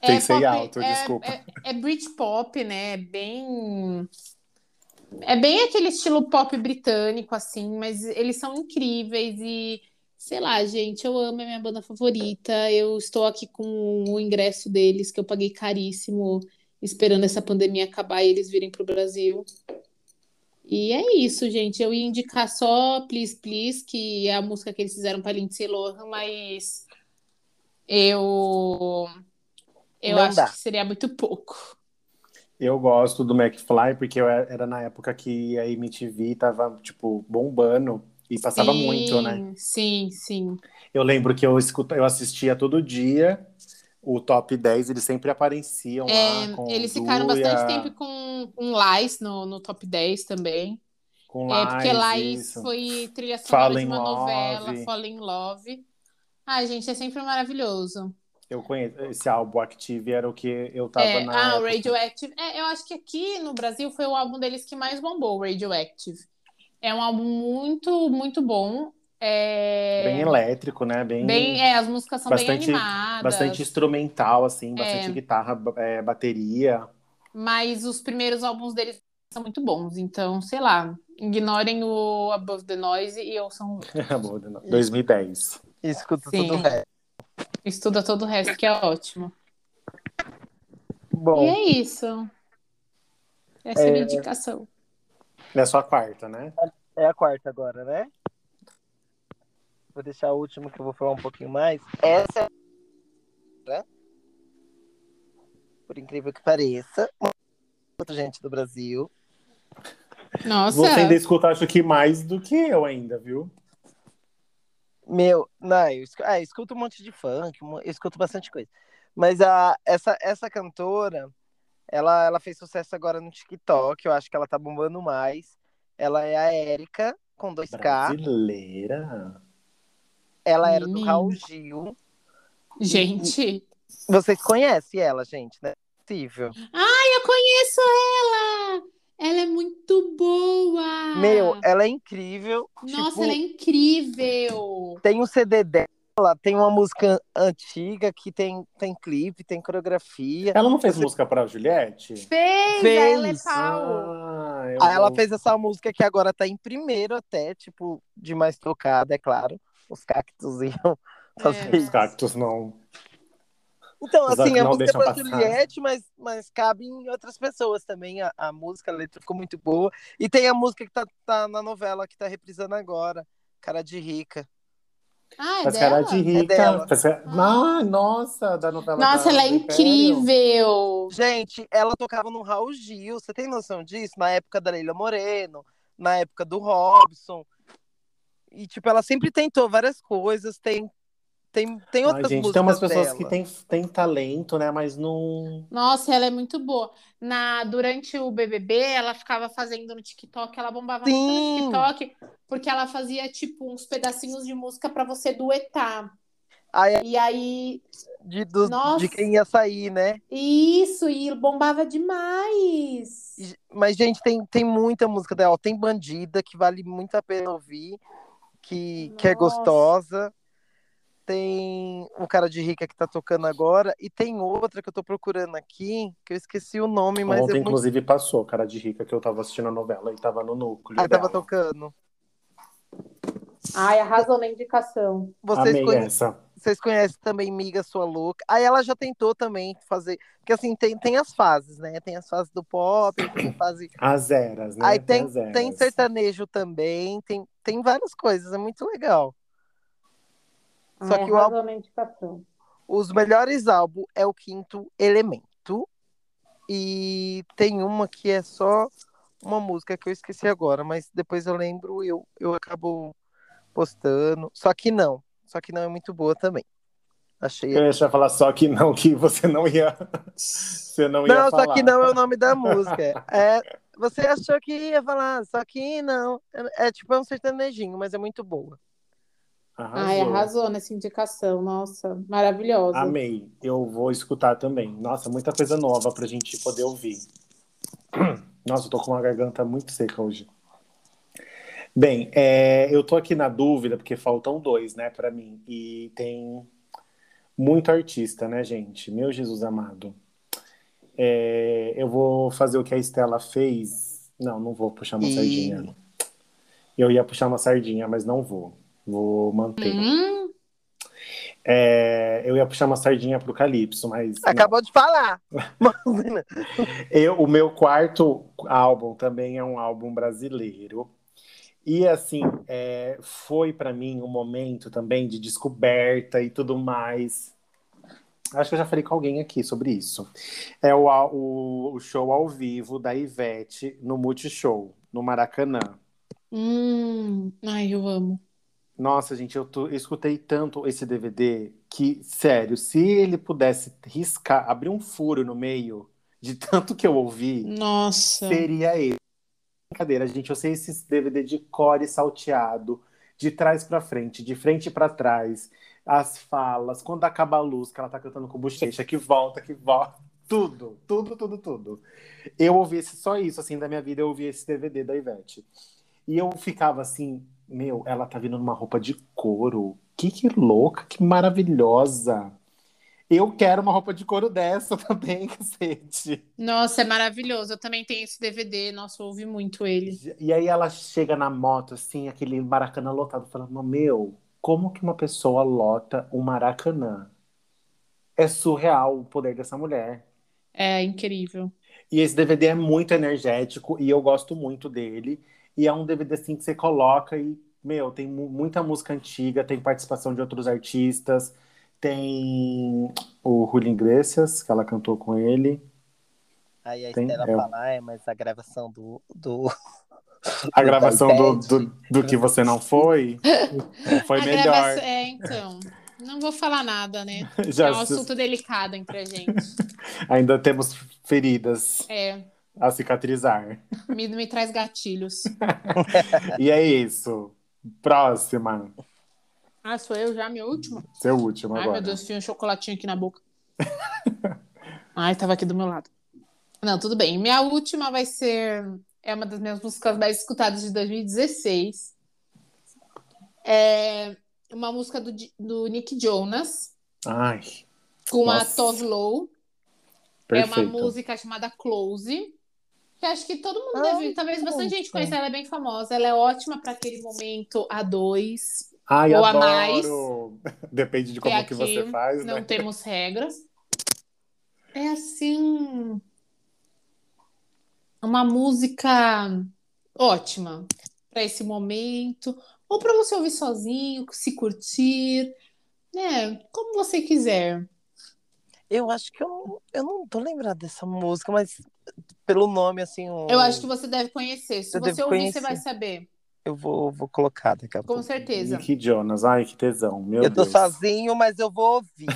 Speaker 3: é
Speaker 1: pensei
Speaker 3: pop-
Speaker 1: alto,
Speaker 3: é-
Speaker 1: desculpa.
Speaker 3: É, é Britpop, né? É Bem. É bem aquele estilo pop britânico, assim, mas eles são incríveis e, sei lá, gente, eu amo, é minha banda favorita. Eu estou aqui com o ingresso deles, que eu paguei caríssimo, esperando essa pandemia acabar e eles virem pro Brasil. E é isso, gente. Eu ia indicar só Please Please, que é a música que eles fizeram pra Lindsay Lohan, mas eu. Eu
Speaker 2: Não
Speaker 3: acho
Speaker 2: dá.
Speaker 3: que seria muito pouco.
Speaker 1: Eu gosto do McFly porque eu era era na época que a MTV tava, tipo, bombando e passava
Speaker 3: Sim,
Speaker 1: muito, né?
Speaker 3: Sim, sim.
Speaker 1: Eu lembro que eu, escuta, eu assistia todo dia o top 10, eles sempre apareciam lá. Com
Speaker 3: É, Eles ficaram
Speaker 1: Zuia,
Speaker 3: bastante tempo com, com Lies no, no top 10 também.
Speaker 1: com
Speaker 3: É, porque Lies
Speaker 1: Lies, isso.
Speaker 3: foi trilha sonora
Speaker 1: Fall
Speaker 3: de
Speaker 1: in
Speaker 3: uma
Speaker 1: Love.
Speaker 3: novela, Fall in Love. Ai, gente, é sempre maravilhoso.
Speaker 1: Eu conheço esse álbum Active, era o que eu tava
Speaker 3: É,
Speaker 1: na.
Speaker 3: ah, o
Speaker 1: época.
Speaker 3: Radioactive. É, eu acho que aqui no Brasil foi o álbum deles que mais bombou, o Radioactive. É um álbum muito, muito bom. É,
Speaker 1: Bem elétrico, né? Bem,
Speaker 3: bem- é, as músicas são
Speaker 1: bastante-
Speaker 3: bem animadas.
Speaker 1: bastante instrumental,
Speaker 3: É.
Speaker 1: assim, bastante guitarra, ba- é, bateria. [laughs]
Speaker 3: Mas os primeiros álbuns deles são muito bons, então, sei lá, ignorem o Above the Noise e ouçam o outro.
Speaker 1: Boa, 2010.
Speaker 2: escuta
Speaker 3: Sim.
Speaker 2: tudo o resto.
Speaker 3: estuda todo o resto, que é ótimo. E
Speaker 2: Bom,
Speaker 3: é isso. Essa é a minha indicação.
Speaker 1: É só a quarta, né?
Speaker 2: é a quarta agora, né? Vou deixar a última que eu vou falar um pouquinho mais. Essa é. né? Por incrível que pareça. Outra gente do Brasil.
Speaker 3: Nossa,
Speaker 1: Você ainda escuta, acho que mais do que eu ainda, viu?
Speaker 2: Meu, não, eu escuto, ah, eu escuto um monte de funk, um- eu escuto bastante coisa. Mas a, essa, essa cantora, ela, ela fez sucesso agora no TikTok, eu acho que ela tá bombando mais. Ela é a Érica, com 2K.
Speaker 1: Brasileira.
Speaker 2: Ela era do
Speaker 3: Hum.
Speaker 2: Raul Gil.
Speaker 3: gente,
Speaker 2: Vocês conhecem ela, gente, né? Possível.
Speaker 3: eu conheço ela! Ela é muito boa!
Speaker 2: Meu, ela é incrível.
Speaker 3: Ah. Nossa,
Speaker 2: tipo,
Speaker 3: ela é incrível!
Speaker 2: Tem um CD dela, tem uma música antiga que tem, tem clipe, tem coreografia.
Speaker 1: Ela não fez música pra Juliette?
Speaker 3: Fez,
Speaker 2: Fez.
Speaker 3: ela é pau!
Speaker 1: Ah, eu
Speaker 2: Aí ela
Speaker 1: vou-
Speaker 2: fez essa música que agora tá em primeiro até, tipo, de mais tocada, é claro. Os cactos iam fazer
Speaker 3: É.
Speaker 1: Os
Speaker 2: isso.
Speaker 1: cactos não.
Speaker 2: Então,
Speaker 1: Os
Speaker 2: assim,
Speaker 1: cactos
Speaker 2: a
Speaker 1: não
Speaker 2: música
Speaker 1: deixam
Speaker 2: pra
Speaker 1: passar.
Speaker 2: Juliette, mas, mas cabe em outras pessoas também. A, a música, a letra ficou muito boa. E tem a música que tá, tá na novela, que tá reprisando agora. Cara de rica.
Speaker 3: Ah, é
Speaker 1: Faz cara
Speaker 3: dela?
Speaker 1: de rica.
Speaker 2: dela.
Speaker 1: faz cara- Ah, nossa, da novela.
Speaker 3: Nossa,
Speaker 1: da-
Speaker 3: ela é
Speaker 1: do Império.
Speaker 3: incrível!
Speaker 2: Gente, ela tocava no Raul Gil, você tem noção disso? Na época da Leila Moreno, na época do Robson. E, tipo, ela sempre tentou várias coisas. Tem, Tem, tem
Speaker 1: Ai,
Speaker 2: outras
Speaker 1: gente,
Speaker 2: músicas
Speaker 1: tem umas pessoas
Speaker 2: dela.
Speaker 1: que têm têm talento, né? Mas não.
Speaker 3: Nossa, ela é muito boa. Na, durante o BBB, ela ficava fazendo no TikTok, ela bombava
Speaker 2: Sim.
Speaker 3: muito no TikTok, porque ela fazia, tipo, uns pedacinhos de música pra você duetar.
Speaker 2: Ai, é
Speaker 3: E aí,
Speaker 2: De, dos-
Speaker 3: Nossa.
Speaker 2: de quem ia sair, né?
Speaker 3: isso, e bombava demais.
Speaker 2: E- Mas, gente, tem, tem muita música dela. Tem Bandida, que vale muito a pena ouvir, que, que é
Speaker 3: Nossa.
Speaker 2: gostosa. Tem o cara de rica que tá tocando agora. E tem outra que eu tô procurando aqui, que eu esqueci o nome, mas
Speaker 1: Ontem,
Speaker 2: eu muito...
Speaker 1: inclusive, passou, cara de rica, que eu tava assistindo a novela e tava no núcleo.
Speaker 2: ah, tava
Speaker 1: dela.
Speaker 2: tocando.
Speaker 3: Ai, arrasou na indicação.
Speaker 2: Vocês,
Speaker 1: Amei é.
Speaker 2: conhe-
Speaker 1: essa.
Speaker 2: vocês conhecem também Miga Sua Louca. Aí ela já tentou também fazer. Porque assim, tem, tem as fases, né? Tem as fases do pop, tem a fase
Speaker 1: As eras, né?
Speaker 2: Aí tem,
Speaker 1: as eras.
Speaker 2: tem sertanejo também, tem, tem várias coisas, é muito legal. Só
Speaker 3: Ai,
Speaker 2: que o álbum-
Speaker 3: arrasou na indicação.
Speaker 2: os melhores álbuns é o Quinto Elemento. E tem uma que é só uma música que eu esqueci agora, mas depois eu lembro e eu, eu acabo postando. Só que não. Só que não é muito boa também. Achei.
Speaker 1: Eu ia já falar só que não, que você não ia. [laughs] Você não ia
Speaker 2: Não,
Speaker 1: falar.
Speaker 2: só que não é
Speaker 1: [laughs]
Speaker 2: o nome da música. É, você achou que ia falar, só que não. É, é tipo é um sertanejinho, mas é muito boa.
Speaker 1: Arrasou.
Speaker 3: Ai, arrasou nessa indicação. Nossa, maravilhosa.
Speaker 1: Amei. Eu vou escutar também. Nossa, muita coisa nova pra gente poder ouvir. [clears throat] Nossa, eu tô com uma garganta muito seca hoje. Bem, é, eu tô aqui na dúvida, porque faltam dois, né, pra mim. E tem muito artista, né, gente? Meu Jesus amado. É, eu vou fazer o que a Estela fez. Não, não vou puxar uma
Speaker 2: Ih.
Speaker 1: sardinha. Eu ia puxar uma sardinha, mas não vou. Vou manter.
Speaker 3: Hum,
Speaker 1: É, eu ia puxar uma sardinha pro Calypso, mas. não.
Speaker 2: É, Acabou de falar. Mano,
Speaker 1: Eu- o meu quarto álbum também é um álbum brasileiro. E assim, é, foi pra mim um momento também de descoberta e tudo mais. Acho que eu já falei com alguém aqui sobre isso. É o, ao- o- o show ao vivo da Ivete no Multishow, no Maracanã.
Speaker 3: hum. Ai, eu amo.
Speaker 1: Nossa, gente, eu, tô- eu escutei tanto esse DVD que, sério, se ele pudesse riscar, abrir um furo no meio de tanto que eu ouvi.
Speaker 3: Nossa.
Speaker 1: seria ele. Brincadeira, gente. Eu sei esses DVD de core salteado, de trás pra frente, de frente pra trás, as falas, quando acaba a luz, que ela tá cantando com bochecha, que volta, que volta. Tudo, tudo, tudo, tudo. Eu ouvi esse- só isso, assim, da minha vida, eu ouvi esse DVD da Ivete. E eu ficava assim, meu, ela tá vindo numa roupa de couro. Que, que louca, que maravilhosa. Eu quero uma roupa de couro dessa [laughs] também, cacete.
Speaker 3: Nossa, é maravilhoso. Eu também tenho esse DVD. Nossa, eu ouvi muito ele.
Speaker 1: E aí ela chega na moto, assim, aquele Maracanã lotado, falando: Meu, como que uma pessoa lota um Maracanã? É surreal o poder dessa mulher.
Speaker 3: É incrível.
Speaker 1: E esse DVD é muito energético e eu gosto muito dele. E é um DVD assim que você coloca e, meu, tem mu- muita música antiga, tem participação de outros artistas, tem o Julio Iglesias, que ela cantou com ele.
Speaker 2: Aí a
Speaker 1: Tem-
Speaker 2: Estela
Speaker 1: é.
Speaker 2: fala, "Ai, mas a gravação do, do...
Speaker 1: [laughs] A
Speaker 2: Do
Speaker 1: gravação do,
Speaker 2: Ivete.
Speaker 1: do, do que você não
Speaker 2: [laughs]
Speaker 1: foi foi
Speaker 3: A
Speaker 1: melhor.
Speaker 3: gravação- É, então. Não vou falar nada, né?
Speaker 1: Já
Speaker 3: é um
Speaker 1: se-
Speaker 3: assunto delicado entre a gente.
Speaker 1: [laughs] Ainda temos feridas
Speaker 3: É,
Speaker 1: a cicatrizar.
Speaker 3: me, me traz gatilhos.
Speaker 1: E é isso. Próxima.
Speaker 3: Ah, sou eu já, minha última?
Speaker 1: Seu é último
Speaker 3: Ai,
Speaker 1: agora.
Speaker 3: meu Deus, tinha um chocolatinho aqui na boca. Ai, tava aqui do meu lado. Não, tudo bem. Minha última vai ser. É uma das minhas músicas mais escutadas de 2016. É uma música do, Di- do Nick Jonas,
Speaker 1: Ai,
Speaker 3: É com
Speaker 1: Nossa.
Speaker 3: a Toslow.
Speaker 1: perfeito.
Speaker 3: É uma música chamada Close. Que acho que todo mundo
Speaker 2: Ai,
Speaker 3: deve. Talvez
Speaker 2: que
Speaker 3: bastante
Speaker 2: música.
Speaker 3: gente conheça. Ela é bem famosa. Ela é ótima para aquele momento a dois.
Speaker 1: Ai,
Speaker 3: Ou a
Speaker 1: adoro. [laughs] Depende de como
Speaker 3: É
Speaker 1: que
Speaker 3: aqui,
Speaker 1: você faz,
Speaker 3: Não
Speaker 1: né?
Speaker 3: temos regras. É assim. Uma música ótima para esse momento. Ou para você ouvir sozinho, se curtir. Né? Como você quiser.
Speaker 2: Eu acho que eu não, eu não tô lembrada dessa música, mas pelo nome, assim...
Speaker 3: Eu acho que você deve conhecer. Se
Speaker 2: Eu
Speaker 3: você
Speaker 2: devo
Speaker 3: ouvir,
Speaker 2: conhecer.
Speaker 3: você vai saber.
Speaker 2: eu vou, vou colocar daqui a
Speaker 3: Com
Speaker 2: pouco.
Speaker 3: certeza.
Speaker 1: Nick Jonas, ai que tesão, meu
Speaker 2: Eu tô
Speaker 1: Deus.
Speaker 2: sozinho, mas eu vou ouvir.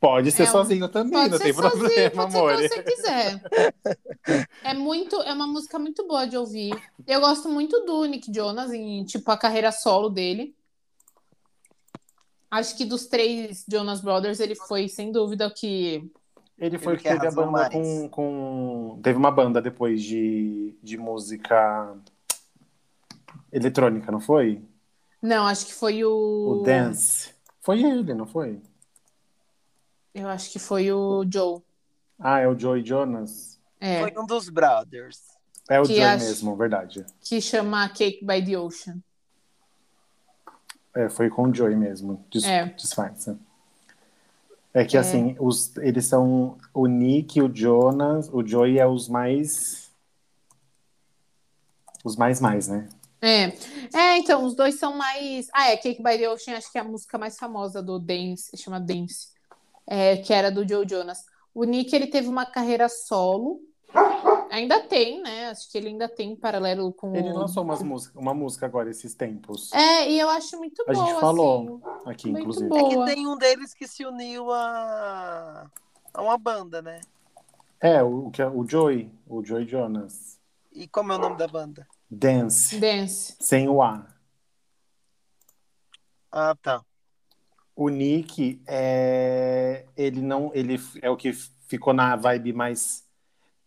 Speaker 1: Pode ser
Speaker 3: É um-
Speaker 1: sozinho também,
Speaker 3: Pode
Speaker 1: não
Speaker 3: ser
Speaker 1: tem
Speaker 3: sozinho,
Speaker 1: problema,
Speaker 3: pode
Speaker 1: amor.
Speaker 3: ser quando você quiser. É muito, é uma música muito boa de ouvir. Eu gosto muito do Nick Jonas em tipo a carreira solo dele. Acho que dos três Jonas Brothers ele foi sem dúvida o que
Speaker 1: Ele foi o
Speaker 2: Ele
Speaker 1: que
Speaker 2: quer
Speaker 1: teve a
Speaker 2: arrasar
Speaker 1: banda
Speaker 2: mais.
Speaker 1: com, com. Teve uma banda depois de, de música eletrônica, não foi?
Speaker 3: não, acho que foi o,
Speaker 1: O Dance. Foi ele, não foi?
Speaker 3: Eu acho que foi o Joe.
Speaker 1: Ah, é o Joey Jonas?
Speaker 3: É,
Speaker 2: Foi um dos brothers.
Speaker 1: É o
Speaker 3: Que
Speaker 1: Joey
Speaker 3: acho-
Speaker 1: mesmo, verdade.
Speaker 3: que chama Cake by the Ocean.
Speaker 1: É, foi com o Joey mesmo. Des,
Speaker 3: É.
Speaker 1: Disfarça. É que assim, os, eles são o Nick, o Jonas, o Joey é os mais. Os mais mais, né?
Speaker 3: É. é, então, os dois são mais. Ah, é, Cake by the Ocean, acho que é a música mais famosa do Dance, chama Dance, é, que era do Joe Jonas. O Nick, ele teve uma carreira solo, ainda tem, né? Acho que ele ainda tem em paralelo com.
Speaker 1: Ele
Speaker 3: o-
Speaker 1: lançou umas música, uma música agora esses tempos.
Speaker 3: É, e eu acho muito
Speaker 1: A
Speaker 3: boa.
Speaker 1: gente falou, Aqui,
Speaker 3: Muito
Speaker 1: inclusive.
Speaker 3: bom. Boa.
Speaker 2: É que tem um deles que se uniu a, a uma banda, né?
Speaker 1: É, o, que é- o Joey, o Joey Jonas.
Speaker 2: E como é o nome da banda?
Speaker 1: Dance,
Speaker 3: assim. Dance.
Speaker 1: sem o A.
Speaker 2: Ah, tá.
Speaker 1: O Nick é ele não, ele f- é o que f- ficou na vibe mais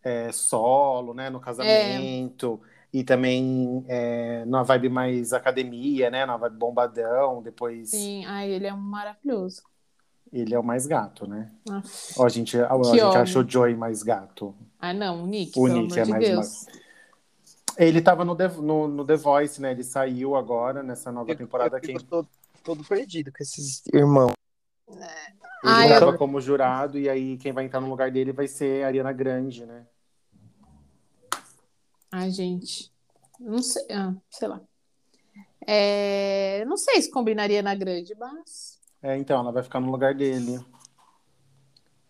Speaker 1: é, solo, né, no casamento e também é, na vibe mais academia, né, na vibe bombadão. Depois
Speaker 3: Sim, ai, ele é um maravilhoso.
Speaker 1: ele é o mais gato, né?
Speaker 3: Ah.
Speaker 1: Ó, a gente, a, a
Speaker 3: Que
Speaker 1: gente
Speaker 3: homem.
Speaker 1: achou o Joey mais gato.
Speaker 3: Ah, não, o Nick,
Speaker 1: O
Speaker 3: pelo
Speaker 1: Nick
Speaker 3: amor
Speaker 1: é
Speaker 3: de
Speaker 1: mais
Speaker 3: Deus.
Speaker 1: magro. Ele tava no The, no, no The Voice, né? Ele saiu agora nessa nova
Speaker 2: Eu-
Speaker 1: temporada.
Speaker 2: eu
Speaker 1: Quem
Speaker 2: fico todo, todo perdido com esses irmãos.
Speaker 1: Ele
Speaker 3: Ai,
Speaker 1: estava
Speaker 2: eu-
Speaker 1: como jurado, e aí quem vai entrar no lugar dele vai ser a Ariana Grande, né?
Speaker 3: Ai, gente. Não sei, ah, sei lá. É, Não sei se combinaria na grande, mas.
Speaker 1: É, então, ela vai ficar no lugar dele.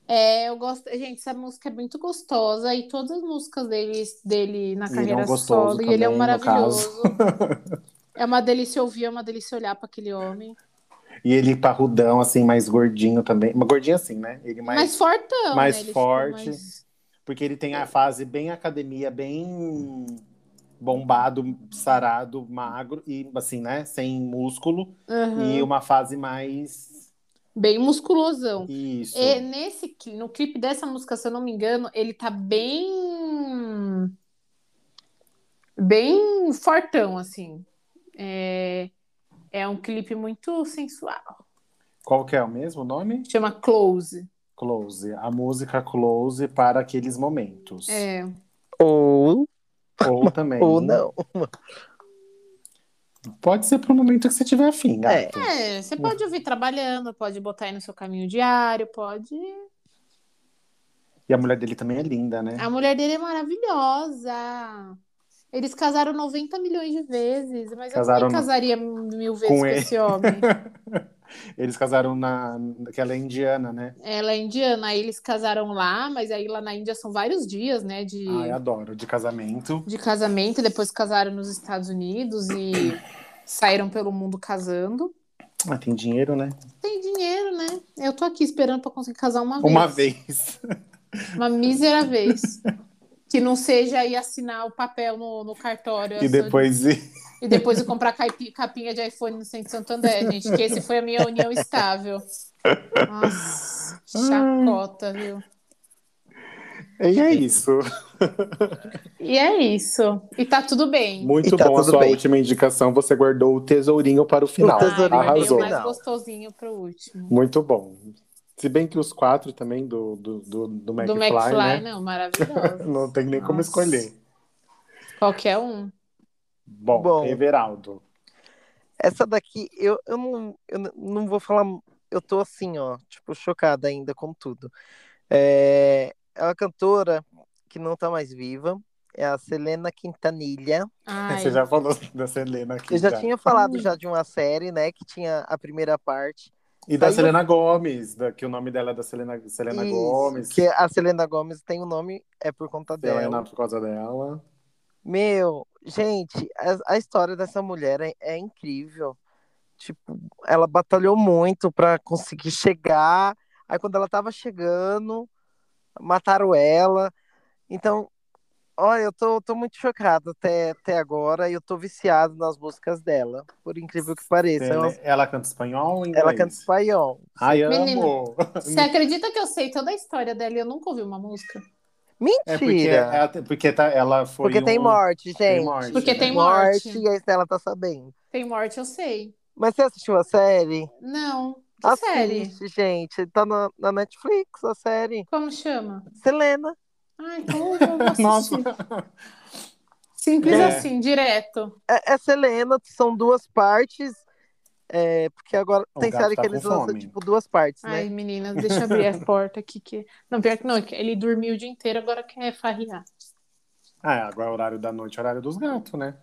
Speaker 3: É, eu gosto. Gente, essa música é muito gostosa e todas as músicas dele, dele
Speaker 1: Ele é
Speaker 3: na
Speaker 1: um
Speaker 3: carreira
Speaker 1: gostoso
Speaker 3: solo. e ele é um
Speaker 1: também, no
Speaker 3: maravilhoso.
Speaker 1: caso.
Speaker 3: É uma delícia ouvir, é uma delícia olhar para aquele homem.
Speaker 1: E ele parrudão, assim, mais gordinho também. Mas gordinho assim, né? Ele mais.
Speaker 3: mais fortão,
Speaker 1: mais
Speaker 3: né? Ele ficou
Speaker 1: forte.
Speaker 3: mais-
Speaker 1: Porque ele tem a fase bem academia, bem bombado, sarado, magro, e assim, né? Sem músculo.
Speaker 3: Aham.
Speaker 1: E uma fase mais.
Speaker 3: Bem musculosão.
Speaker 1: Isso.
Speaker 3: E nesse, cli- no clipe dessa música, se eu não me engano, ele tá bem. Bem fortão, assim. É, é um clipe muito sensual.
Speaker 1: Qual que é o mesmo nome?
Speaker 3: Chama Close.
Speaker 1: Close. A música Close para aqueles momentos.
Speaker 3: É.
Speaker 2: Ou,
Speaker 1: Ou também.
Speaker 2: ou não.
Speaker 1: Pode ser pro momento que você tiver afim,
Speaker 2: É.
Speaker 1: gato.
Speaker 3: É, você pode ouvir trabalhando, pode botar aí no seu caminho diário, pode.
Speaker 1: E a mulher dele também é linda, né?
Speaker 3: A mulher dele é maravilhosa. Eles casaram 90 milhões de vezes, mas eu
Speaker 1: Casaram
Speaker 3: também
Speaker 1: no-
Speaker 3: casaria mil vezes com,
Speaker 1: com ele. [laughs]
Speaker 3: esse homem.
Speaker 1: Eles casaram na. que ela é indiana, né?
Speaker 3: Ela é indiana, aí eles casaram lá, mas aí lá na Índia são vários dias, né, de,
Speaker 1: Ai, adoro. De casamento.
Speaker 3: de casamento, depois casaram nos Estados Unidos e saíram pelo mundo casando.
Speaker 1: Ah, tem dinheiro, né?
Speaker 3: Tem dinheiro, né? Eu tô aqui esperando pra conseguir casar uma vez.
Speaker 1: Uma vez.
Speaker 3: Uma mísera vez. Que não seja ir assinar o papel no, no cartório.
Speaker 1: E
Speaker 3: essa-
Speaker 1: depois.
Speaker 3: e depois eu comprar caipi- capinha de iPhone no Centro Santander, gente. Que esse foi a minha união estável. Nossa, chacota, viu?
Speaker 1: E é isso.
Speaker 3: E é isso. E tá tudo bem.
Speaker 1: Muito
Speaker 2: E tá
Speaker 1: bom a
Speaker 2: tudo
Speaker 1: sua
Speaker 2: bem.
Speaker 1: última indicação. Você guardou o tesourinho para o final.
Speaker 2: O tesourinho
Speaker 3: Ai, guardei o
Speaker 1: Arrasou.
Speaker 3: mais
Speaker 2: Não.
Speaker 3: gostosinho pro último.
Speaker 2: um.
Speaker 1: Muito bom. Se bem que os quatro também do, do, do, do McFly,
Speaker 3: Do McFly,
Speaker 1: né?
Speaker 3: não, maravilhoso.
Speaker 1: [laughs] Não tem nem como
Speaker 3: Nossa.
Speaker 1: escolher.
Speaker 3: Qualquer um.
Speaker 1: Bom,
Speaker 2: Bom.
Speaker 1: Everaldo.
Speaker 2: Essa daqui, eu, eu, não, eu n- não vou falar. Eu tô assim, ó, tipo, chocada ainda com tudo. É, é uma cantora que não tá mais viva. É a Selena Quintanilha.
Speaker 3: Ai,
Speaker 1: Você já falou [laughs] da Selena aqui.
Speaker 2: Eu já tinha falado já de uma série, né? Que tinha a primeira parte.
Speaker 1: E da
Speaker 2: Saiu-
Speaker 1: Selena Gomes, da- que o nome dela é da Selena, Selena
Speaker 2: Isso,
Speaker 1: Gomes.
Speaker 2: Que a Selena Gomes tem o nome, é por conta dela.
Speaker 1: Selena por causa dela.
Speaker 2: Meu, Gente, a, a história dessa mulher é, é incrível. Tipo, ela batalhou muito para conseguir chegar. Aí quando ela tava chegando, mataram ela. Então, olha, eu tô, tô muito chocado até, até agora e eu tô viciado nas músicas dela, por incrível que pareça.
Speaker 1: Ela,
Speaker 2: Ela,
Speaker 1: ela canta espanhol ou inglês?
Speaker 2: ela canta espanhol.
Speaker 1: Ai, amo!
Speaker 3: Menino. Você acredita que eu sei toda a história dela e eu nunca ouvi uma música?
Speaker 1: É porque,
Speaker 2: Mentira!
Speaker 1: é, porque tá- ela foi
Speaker 2: porque tem
Speaker 1: um-
Speaker 2: morte, gente.
Speaker 1: Tem morte.
Speaker 3: Porque
Speaker 1: né?
Speaker 3: tem morte.
Speaker 2: e a Estela tá sabendo.
Speaker 3: Tem morte, eu sei.
Speaker 2: Mas você assistiu a série?
Speaker 3: Não. Que
Speaker 1: Ah,
Speaker 2: a
Speaker 3: série?
Speaker 2: Tá assim, gente. Tá na, na Netflix a série.
Speaker 3: Como chama?
Speaker 2: Selena.
Speaker 3: Ai,
Speaker 2: [laughs]
Speaker 3: como eu vou
Speaker 1: Nossa,
Speaker 3: assistir? Simples
Speaker 1: É.
Speaker 3: assim, direto.
Speaker 2: É, é Selena, são duas partes. é, porque agora
Speaker 1: O
Speaker 2: tem
Speaker 1: gato
Speaker 2: série
Speaker 1: tá
Speaker 2: que
Speaker 1: com
Speaker 2: eles lançam,
Speaker 1: fome.
Speaker 2: tipo, duas partes, né?
Speaker 3: Ai, meninas, deixa eu abrir a porta aqui. Que... Não, pior que não, ele dormiu o dia inteiro, agora quer farriar.
Speaker 1: ah, é, agora é horário da noite, horário dos gatos, né?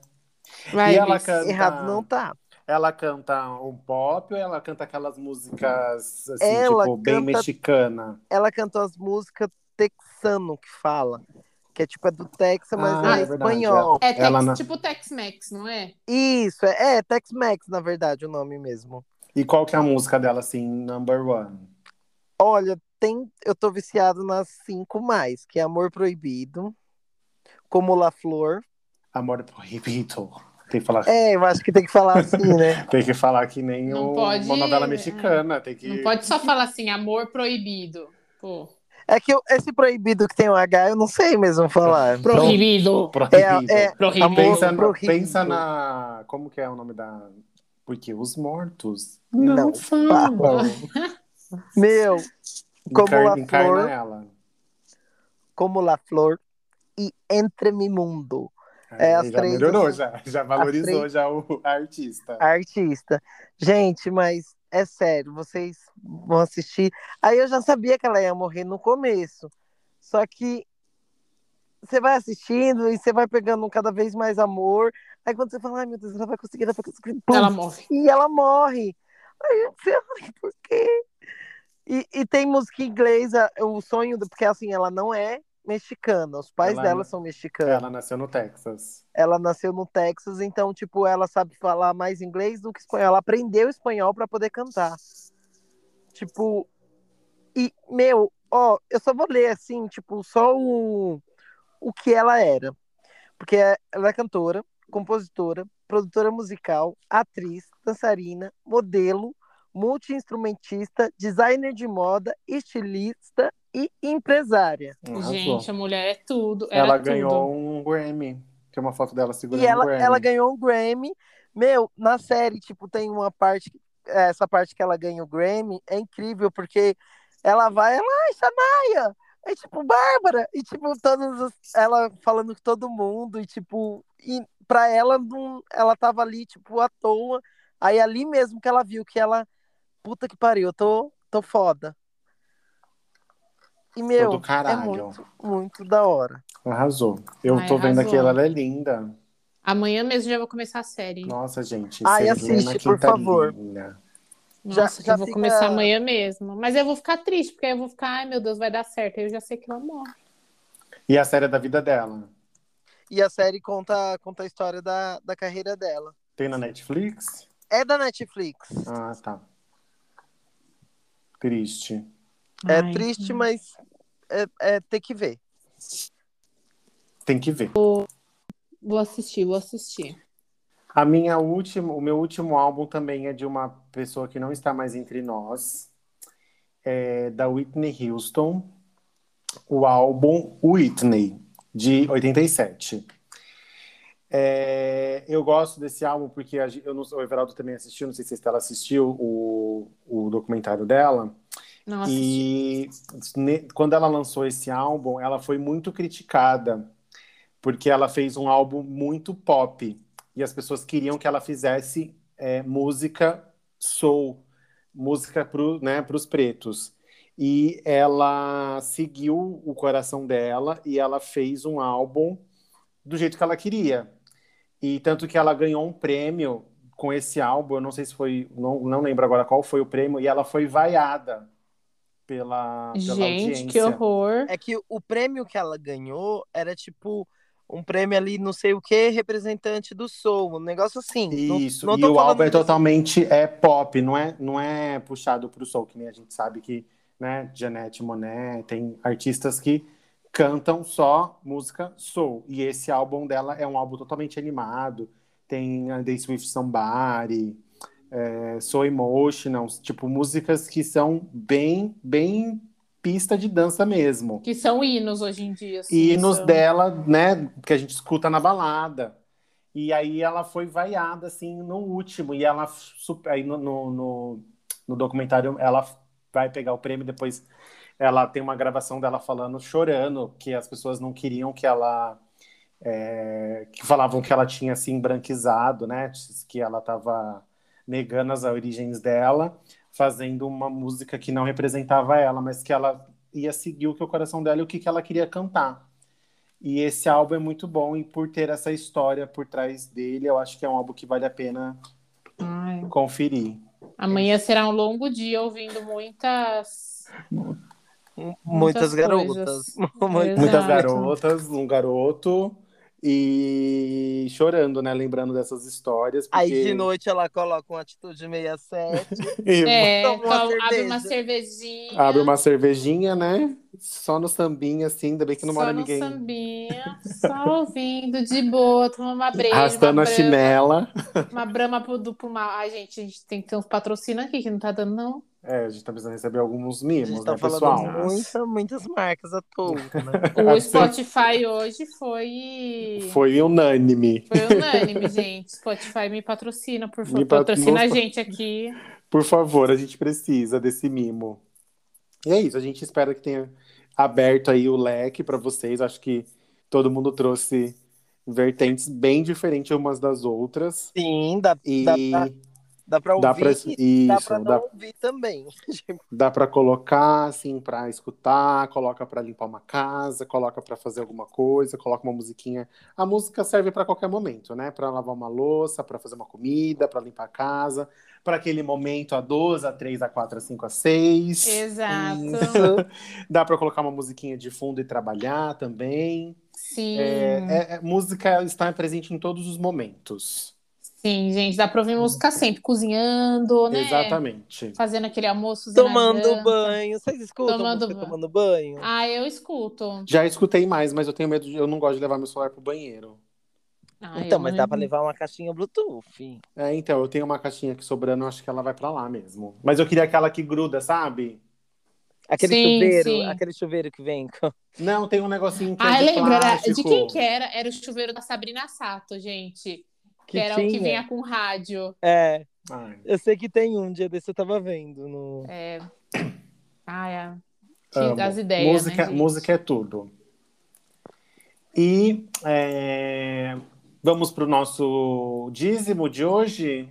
Speaker 3: Vai,
Speaker 1: E ela
Speaker 3: Liz.
Speaker 1: canta-
Speaker 2: Errado não tá.
Speaker 1: Ela canta um pop ou ela canta aquelas músicas assim,
Speaker 2: Ela
Speaker 1: tipo, bem
Speaker 2: canta-
Speaker 1: mexicana?
Speaker 2: Ela cantou as músicas texano que fala. Que é tipo, é do Texas, mas
Speaker 1: Ah,
Speaker 2: é,
Speaker 1: é verdade,
Speaker 2: espanhol.
Speaker 3: É tex,
Speaker 1: Ela na-
Speaker 3: tipo Tex-Mex, não é?
Speaker 2: Isso, é, é Tex-Mex, na verdade, o nome mesmo.
Speaker 1: E qual que é a música dela, assim, number one?
Speaker 2: Olha, tem, eu tô viciado nas cinco mais, que é Amor Proibido, Como La Flor.
Speaker 1: Amor Proibido. Tem que falar,
Speaker 2: É, eu acho que tem que falar assim, né?
Speaker 1: tem que, falar que nem
Speaker 3: Não
Speaker 1: o-
Speaker 3: pode- né?
Speaker 1: uma novela mexicana. Tem que...
Speaker 3: Não pode só falar assim, amor proibido. Pô.
Speaker 2: É que eu- esse proibido que tem o H, eu não sei mesmo falar.
Speaker 3: Proibido.
Speaker 1: Proibido.
Speaker 2: É- é-
Speaker 3: Proibido.
Speaker 2: Amor
Speaker 1: Pensa, na-
Speaker 2: Proibido.
Speaker 1: pensa na. Como que é o nome da. Porque os mortos
Speaker 2: Não
Speaker 1: falam.
Speaker 2: Meu, Como
Speaker 1: Encar-
Speaker 2: a
Speaker 1: encarna
Speaker 2: flor.
Speaker 1: ela.
Speaker 2: Como La Flor e Entre Mi Mundo. É,
Speaker 1: Aí
Speaker 2: as
Speaker 1: já
Speaker 2: três-
Speaker 1: melhorou, já, já valorizou
Speaker 2: três-
Speaker 1: já o a artista.
Speaker 2: artista. Gente, mas é sério, vocês vão assistir. Aí eu já sabia que ela ia morrer no começo. Só que você vai assistindo e você vai pegando cada vez mais amor. Aí quando você fala, ai meu Deus, ela vai conseguir, ela vai conseguir. pum,
Speaker 3: Ela morre.
Speaker 2: E ela morre. Aí você, ai, por quê? E, e tem música em inglês, a- o sonho, do- porque assim, ela não é mexicana, os pais
Speaker 1: Ela
Speaker 2: dela
Speaker 1: não-
Speaker 2: são mexicanos
Speaker 1: Ela nasceu no Texas.
Speaker 2: ela nasceu no Texas, então, tipo, ela sabe falar mais inglês do que espanhol. Ela aprendeu espanhol para poder cantar. Tipo, e, meu, ó, eu só vou ler, assim, tipo, só o, o que ela era. Porque ela é cantora, compositora, produtora musical, atriz, dançarina, modelo, multi-instrumentista, designer de moda, estilista e empresária.
Speaker 1: Arrasou.
Speaker 3: Gente, a mulher é tudo. era
Speaker 1: ela
Speaker 3: tudo.
Speaker 1: ganhou um Grammy. Tem uma foto dela segurando
Speaker 2: E ela,
Speaker 1: um Grammy.
Speaker 2: ela ganhou um Grammy. Meu, na série, tipo, tem uma parte. Essa parte que ela ganha o Grammy é incrível, porque ela vai, ela, ai, Samaya! É tipo, Bárbara! E tipo, todas as- ela falando com todo mundo, e tipo, e pra ela, não, ela tava ali, tipo, à toa. Aí ali mesmo que ela viu que ela, puta que pariu, eu tô, tô foda. E,
Speaker 1: Tô
Speaker 2: meu,
Speaker 1: do
Speaker 2: é
Speaker 1: caralho.
Speaker 2: muito, muito da hora.
Speaker 1: Arrasou. Eu
Speaker 3: Ai,
Speaker 1: tô vendo
Speaker 3: arrasou.
Speaker 1: aqui, ela é linda.
Speaker 3: Amanhã mesmo já vou começar a série.
Speaker 1: Nossa, gente.
Speaker 2: Ai,
Speaker 1: Selena
Speaker 2: assiste, por favor.
Speaker 1: Quintanilha.
Speaker 2: Já-
Speaker 3: Nossa, que
Speaker 2: já
Speaker 3: eu vou
Speaker 2: fica-
Speaker 3: começar amanhã mesmo. Mas eu vou ficar triste, porque aí eu vou ficar, ai meu Deus, vai dar certo. Aí eu já sei que ela morre.
Speaker 1: E a série é da vida dela?
Speaker 2: E a série conta, conta a história da, da carreira dela.
Speaker 1: Tem na Netflix?
Speaker 2: É da Netflix.
Speaker 1: Ah, tá. Triste.
Speaker 2: É
Speaker 3: Ai.
Speaker 2: triste, mas é, é ter que ver.
Speaker 1: Tem que ver.
Speaker 3: Vou assistir, vou assistir.
Speaker 1: A minha última, o meu último álbum também é de uma pessoa que não está mais entre nós, é da Whitney Houston, o álbum Whitney, de 87. É, eu gosto desse álbum porque a gen- eu não, o Everaldo também assistiu, não sei se a Estela assistiu o, o documentário dela.
Speaker 3: Não assisti.
Speaker 1: E ne- quando ela lançou esse álbum, ela foi muito criticada, porque ela fez um álbum muito pop. E as pessoas queriam que ela fizesse é, música soul, música para os pretos. E ela seguiu o coração dela e ela fez um álbum do jeito que ela queria. E tanto que ela ganhou um prêmio com esse álbum, eu não sei se foi, não, não lembro agora qual foi o prêmio, e ela foi vaiada pela, pela
Speaker 3: Gente,
Speaker 1: audiência.
Speaker 3: que horror.
Speaker 2: É que o prêmio que ela ganhou era tipo um prêmio ali, não sei o que, representante do soul, um negócio assim. Não-
Speaker 1: Isso,
Speaker 2: não
Speaker 1: e
Speaker 2: tô
Speaker 1: o
Speaker 2: falando
Speaker 1: álbum é
Speaker 2: desse-
Speaker 1: totalmente é pop, não é, não é puxado pro soul, que nem a gente sabe que, né, Janete Monet, tem artistas que cantam só música soul. E esse álbum dela é um álbum totalmente animado, tem Dance With Somebody, é, So Emotional, tipo, músicas que são bem, bem pista de dança mesmo.
Speaker 3: Que são hinos hoje em dia. assim,
Speaker 1: E nos
Speaker 3: são-
Speaker 1: dela, né, que a gente escuta na balada. E aí ela foi vaiada, assim, no último. E ela, su- aí no, no, no- no documentário, ela vai pegar o prêmio, depois ela tem uma gravação dela falando, chorando, que as pessoas não queriam que ela... é, que falavam que ela tinha se embranquizado, né, que ela estava negando as origens dela, fazendo uma música que não representava ela, mas que ela ia seguir o que o coração dela e o que, que ela queria cantar. E esse álbum é muito bom, e por ter essa história por trás dele, eu acho que é um álbum que vale a pena
Speaker 3: Ai,
Speaker 1: conferir.
Speaker 3: amanhã será um longo dia
Speaker 1: [laughs]
Speaker 3: ouvindo muitas.
Speaker 2: Muitas
Speaker 3: muitas
Speaker 2: garotas.
Speaker 3: coisas. É.
Speaker 2: [laughs] Muitas-
Speaker 1: Muitas
Speaker 3: Exato.
Speaker 1: garotas, um garoto, e chorando, né? Lembrando dessas histórias. Porque...
Speaker 2: Aí
Speaker 1: [laughs]
Speaker 2: de noite ela coloca uma atitude 67.
Speaker 1: [laughs]
Speaker 3: É,
Speaker 2: Toma uma
Speaker 3: então, abre
Speaker 2: cerveja.
Speaker 3: uma cervejinha.
Speaker 1: Abre uma cervejinha, né? Só no sambinha, assim, ainda bem que não
Speaker 3: só
Speaker 1: mora
Speaker 3: no
Speaker 1: ninguém.
Speaker 3: sambinha,
Speaker 1: [laughs]
Speaker 3: só ouvindo de boa, toma uma breja,
Speaker 1: Arrastando
Speaker 3: uma
Speaker 1: a
Speaker 3: brama,
Speaker 1: chinela.
Speaker 3: uma brama pro, do- pro mal. Ai, gente, a gente tem que ter uns patrocínios aqui que não tá
Speaker 1: [laughs]
Speaker 3: dando, não.
Speaker 1: É, a gente tá precisando receber alguns
Speaker 2: A
Speaker 1: mimos,
Speaker 2: gente tá
Speaker 1: né,
Speaker 2: falando
Speaker 1: pessoal?
Speaker 2: muita, muitas marcas à toa, né?
Speaker 1: [laughs]
Speaker 3: O
Speaker 1: Assim.
Speaker 3: Spotify hoje foi.
Speaker 1: Foi unânime.
Speaker 3: Foi unânime, gente. Spotify me patrocina, por
Speaker 1: Me
Speaker 3: favor.
Speaker 1: pat-
Speaker 3: Patrocina a
Speaker 1: nos-
Speaker 3: gente aqui.
Speaker 1: Por favor, a gente precisa desse mimo. E é isso, a gente espera que tenha aberto aí o leque para vocês. Acho que todo mundo trouxe vertentes bem diferentes umas das outras.
Speaker 2: Sim, dá,
Speaker 1: E
Speaker 2: dá, dá, dá pra ouvir.
Speaker 1: dá para isso,
Speaker 2: dá pra não
Speaker 1: dá,
Speaker 2: ouvir também.
Speaker 1: dá para colocar assim para escutar, coloca para limpar uma casa, coloca para fazer alguma coisa, coloca uma musiquinha. A música serve para qualquer momento, né? Para lavar uma louça, para fazer uma comida, para limpar a casa, para aquele momento a 12, a 3, a 4, a 5, a 6.
Speaker 3: Exato.
Speaker 1: Dá para colocar uma musiquinha de fundo e trabalhar também.
Speaker 3: Sim.
Speaker 1: É, é- é- música está presente em todos os momentos.
Speaker 3: Sim, gente. Dá pra ouvir música sempre, cozinhando, né?
Speaker 1: Exatamente.
Speaker 3: Fazendo aquele almoço.
Speaker 2: Tomando
Speaker 3: zinagando.
Speaker 2: banho. Vocês escutam
Speaker 3: Tomando
Speaker 2: música
Speaker 3: banho.
Speaker 2: tomando banho?
Speaker 3: Ah, eu escuto.
Speaker 1: Já escutei mais, mas eu tenho medo de, eu não gosto de levar meu celular pro banheiro.
Speaker 3: Ah,
Speaker 2: então,
Speaker 3: eu
Speaker 2: mas
Speaker 3: não-
Speaker 2: dá pra levar uma caixinha Bluetooth.
Speaker 1: É, então, eu tenho uma caixinha aqui sobrando, eu acho que ela vai pra lá mesmo. Mas eu queria aquela que gruda, sabe?
Speaker 2: Aquele
Speaker 3: Sim,
Speaker 2: chuveiro,
Speaker 3: sim.
Speaker 2: aquele chuveiro que vem com. [laughs]
Speaker 1: Não, tem um negocinho que
Speaker 3: Ah,
Speaker 1: é de
Speaker 3: lembra era-
Speaker 1: plástico.
Speaker 3: de quem que é? era? Era o chuveiro da Sabrina Sato, gente. Que, era o que
Speaker 1: é?
Speaker 2: tinha.
Speaker 3: vinha com rádio.
Speaker 2: É,
Speaker 1: Ai,
Speaker 2: eu sei que tem um dia desse eu tava vendo no.
Speaker 3: É... Ah, é.
Speaker 1: amo.
Speaker 3: Que das ideias,
Speaker 1: música,
Speaker 3: né, gente?
Speaker 1: música é tudo. E é, vamos pro nosso dízimo de hoje?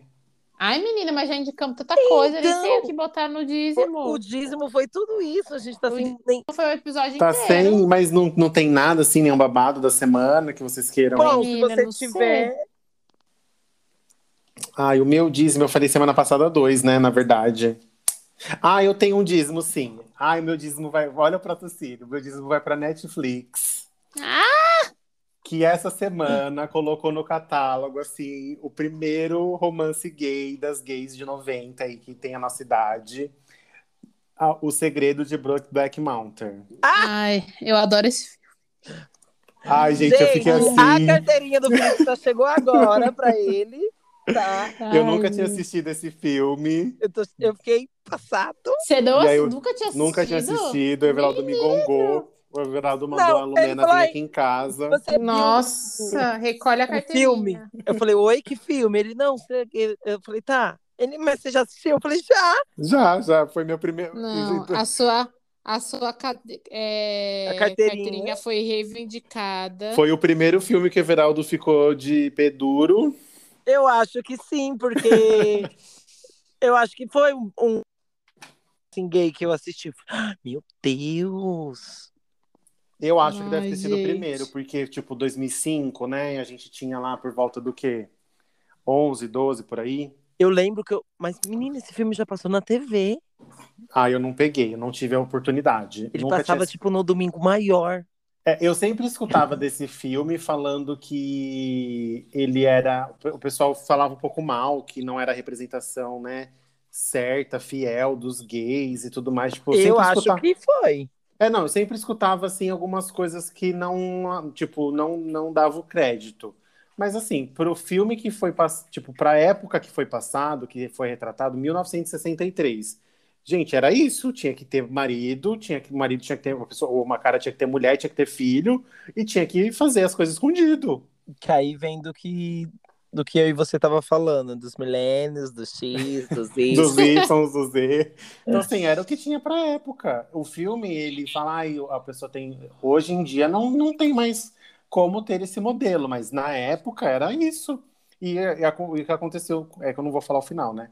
Speaker 3: Ai, menina, mas já indicamos tanta coisa. Eu
Speaker 2: Então,
Speaker 3: nem sei o que botar no dízimo.
Speaker 2: O dízimo foi tudo isso, a gente tá
Speaker 3: O
Speaker 2: sem nem.
Speaker 3: Foi o episódio
Speaker 1: Tá
Speaker 3: inteiro.
Speaker 1: sem, mas não, não tem nada assim, nenhum babado da semana que vocês queiram.
Speaker 2: Bom, se
Speaker 3: Menina,
Speaker 2: você
Speaker 3: um não sei.
Speaker 2: tiver.
Speaker 1: Ai, o meu dízimo, eu falei semana passada dois, né, na verdade. Ah, eu tenho um dízimo, sim. Ai, meu dízimo vai. Olha pra Tucílio, meu dízimo vai pra Netflix.
Speaker 3: Ah!
Speaker 1: Que essa semana colocou no catálogo, assim, o primeiro romance gay das gays de 90 aí que tem a nossa idade. Ah, o Segredo de Brokeback Mountain.
Speaker 3: Ai, eu adoro esse filme.
Speaker 1: Ai, gente, eu fiquei
Speaker 2: A
Speaker 1: assim.
Speaker 2: carteirinha do Felipe só chegou agora pra ele, tá?
Speaker 1: Eu nunca
Speaker 3: Ai,
Speaker 1: tinha assistido esse filme.
Speaker 2: Eu, tô- eu fiquei passado.
Speaker 3: Você não,
Speaker 1: E aí eu
Speaker 3: nunca tinha assistido?
Speaker 1: Nunca tinha assistido. O Everaldo me gongou. O Everaldo mandou
Speaker 2: Não,
Speaker 1: a
Speaker 2: ele
Speaker 1: Lumena
Speaker 2: falou,
Speaker 1: vir
Speaker 2: "Ai,
Speaker 1: aqui em casa.
Speaker 2: Você viu?
Speaker 3: Nossa, recolhe a carteirinha.
Speaker 2: filme. Eu falei, oi, que filme? Ele, não, você... eu falei, tá. Ele, mas você já assistiu? Eu falei, já.
Speaker 1: Já, já. Foi meu primeiro.
Speaker 3: Não, a sua, a sua cade- é,
Speaker 2: A carteirinha.
Speaker 3: foi reivindicada.
Speaker 1: né? Foi o primeiro filme que o Everaldo ficou de pé duro.
Speaker 2: Eu acho que sim, [laughs] porque eu acho que foi um, um assim, gay que eu assisti. Ah, Meu Deus!
Speaker 1: Eu acho que deve
Speaker 3: Ai,
Speaker 1: ter sido o
Speaker 3: gente.
Speaker 1: primeiro, porque, tipo, 2005, né? A gente tinha lá por volta do quê? 11, 12 por aí.
Speaker 2: Eu lembro que eu. Mas, menina, esse filme já passou na TV.
Speaker 1: Ah, eu não peguei, eu não tive a oportunidade.
Speaker 2: Ele
Speaker 1: Nunca
Speaker 2: passava,
Speaker 1: tinha...
Speaker 2: tipo, no domingo maior.
Speaker 1: É, eu sempre escutava desse filme falando que ele era. O pessoal falava um pouco mal, que não era a representação, né? Certa, fiel dos gays e tudo mais. Tipo,
Speaker 2: eu
Speaker 1: sempre
Speaker 2: acho
Speaker 1: escutava-
Speaker 2: que foi.
Speaker 1: É, não, eu sempre escutava, assim, algumas coisas que não, tipo, não, não dava o crédito. Mas, assim, pro filme que foi, pass- tipo, pra época que foi passado, que foi retratado, 1963. Gente, era isso, tinha que ter marido, tinha que, o marido tinha que ter uma pessoa, ou uma cara tinha que ter mulher, tinha que ter filho, e tinha que fazer as coisas escondido.
Speaker 2: Que aí vem do que, do que eu e você tava falando, dos milênios, do X, [laughs] dos Y.
Speaker 1: Dos Y, do Z. Então, assim, era o que tinha pra época. O filme, ele fala, ai, a pessoa tem. Hoje em dia não, não tem mais como ter esse modelo, mas na época era isso. E, é- é a- o que aconteceu é que eu não vou falar o final, né?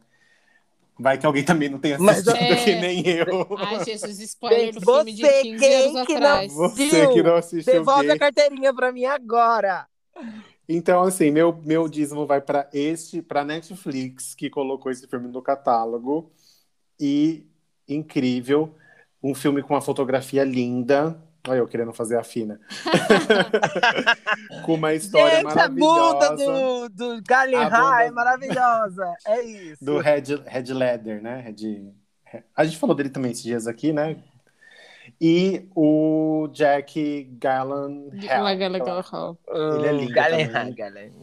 Speaker 1: Vai que alguém também não tenha
Speaker 2: Mas-
Speaker 1: assistido
Speaker 3: É.
Speaker 1: que nem eu.
Speaker 3: Ai, Jesus, spoiler do
Speaker 2: Gente,
Speaker 3: filme de
Speaker 2: você,
Speaker 3: 15
Speaker 2: quem
Speaker 3: anos
Speaker 2: que não-
Speaker 3: atrás.
Speaker 1: Você que não assistiu.
Speaker 2: Devolve
Speaker 1: gay.
Speaker 2: a carteirinha pra mim agora!
Speaker 1: Então, assim, meu, meu dízimo vai para este, para Netflix, que colocou esse filme no catálogo. E incrível, um filme com uma fotografia linda. Olha, eu querendo fazer a fina. [laughs] com uma história
Speaker 2: Gente, a bunda
Speaker 1: maravilhosa
Speaker 2: do, do
Speaker 1: A
Speaker 2: Galen
Speaker 1: bunda-
Speaker 2: High é maravilhosa. É isso.
Speaker 1: do Red, Red Leather, né? Red, a gente falou dele também esses dias aqui, né? E o Jack Gallan
Speaker 3: Legal, legal, legal.
Speaker 1: Ele
Speaker 2: Ah,
Speaker 1: é lindo
Speaker 2: Galen
Speaker 1: também.
Speaker 2: High, Galen.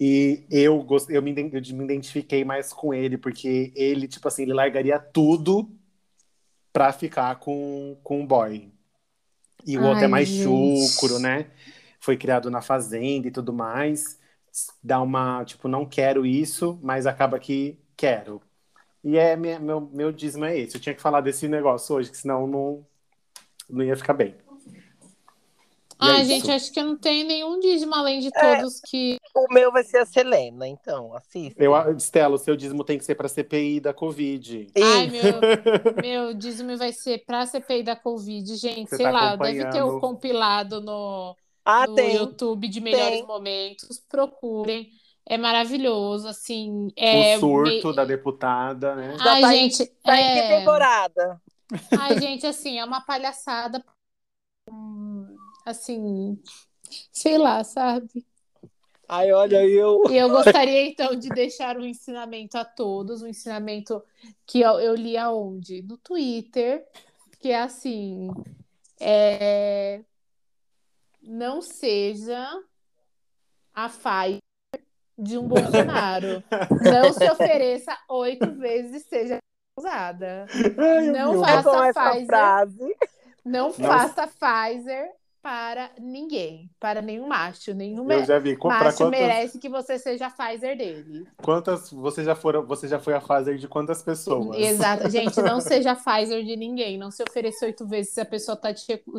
Speaker 1: E eu gostei, eu me, iden- eu me identifiquei mais com ele, porque ele, tipo assim, ele largaria tudo pra ficar com, com o boy. E o
Speaker 3: Ai,
Speaker 1: outro é mais
Speaker 3: gente.
Speaker 1: chucro, né? Foi criado na fazenda e tudo mais. Dá uma, tipo, não quero isso, mas acaba que quero. E é minha- meu, meu dízimo é esse. Eu tinha que falar desse negócio hoje, que senão não, não ia ficar bem. E é
Speaker 3: Ai,
Speaker 1: isso.
Speaker 3: gente, acho que eu não tenho nenhum dízimo além de todos que.
Speaker 2: O meu vai ser a Selena, então, assista.
Speaker 1: Eu, Stella, o seu dízimo tem que ser pra CPI da Covid.
Speaker 3: Ai,
Speaker 2: Isso.
Speaker 3: meu,
Speaker 1: [laughs]
Speaker 3: meu dízimo vai ser pra CPI da Covid, gente.
Speaker 1: Você
Speaker 3: sei
Speaker 1: tá
Speaker 3: lá, deve ter
Speaker 1: acompanhando.
Speaker 3: o compilado no,
Speaker 2: ah,
Speaker 3: no
Speaker 2: tem.
Speaker 3: YouTube de melhores
Speaker 2: Tem.
Speaker 3: momentos. Procurem. É maravilhoso, assim.
Speaker 1: o
Speaker 3: É
Speaker 1: surto
Speaker 3: me- Ah,
Speaker 1: da deputada, né?
Speaker 2: Já
Speaker 3: Ai,
Speaker 2: tá em-
Speaker 3: gente,
Speaker 2: Tá em que
Speaker 3: é...
Speaker 2: temporada?
Speaker 3: Ai, gente, assim, é uma palhaçada. Hum, Assim, sei lá, sabe?
Speaker 2: Ai, olha, eu.
Speaker 3: E eu gostaria, então, de deixar um ensinamento a todos, um ensinamento que eu, eu li aonde? No Twitter, que é assim, é, não seja a Pfizer de um Bolsonaro. Não se ofereça oito vezes e seja usada.
Speaker 1: Ai, [laughs] eu
Speaker 3: Não
Speaker 1: vi o-
Speaker 3: faz- né?
Speaker 2: É bom
Speaker 3: Nossa,
Speaker 2: essa
Speaker 3: Pfizer.
Speaker 2: frase.
Speaker 3: Não
Speaker 1: Não-
Speaker 3: faça Pfizer para ninguém, para nenhum macho, nenhum
Speaker 1: Eu já vi. Co- Pra
Speaker 3: macho
Speaker 1: quantas,
Speaker 3: merece que você seja a Pfizer dele.
Speaker 1: quantas você já foram, você já foi a fase de quantas pessoas?
Speaker 3: Exato. Gente, não seja Pfizer de ninguém. Não se ofereça oito vezes se a pessoa tá te recu-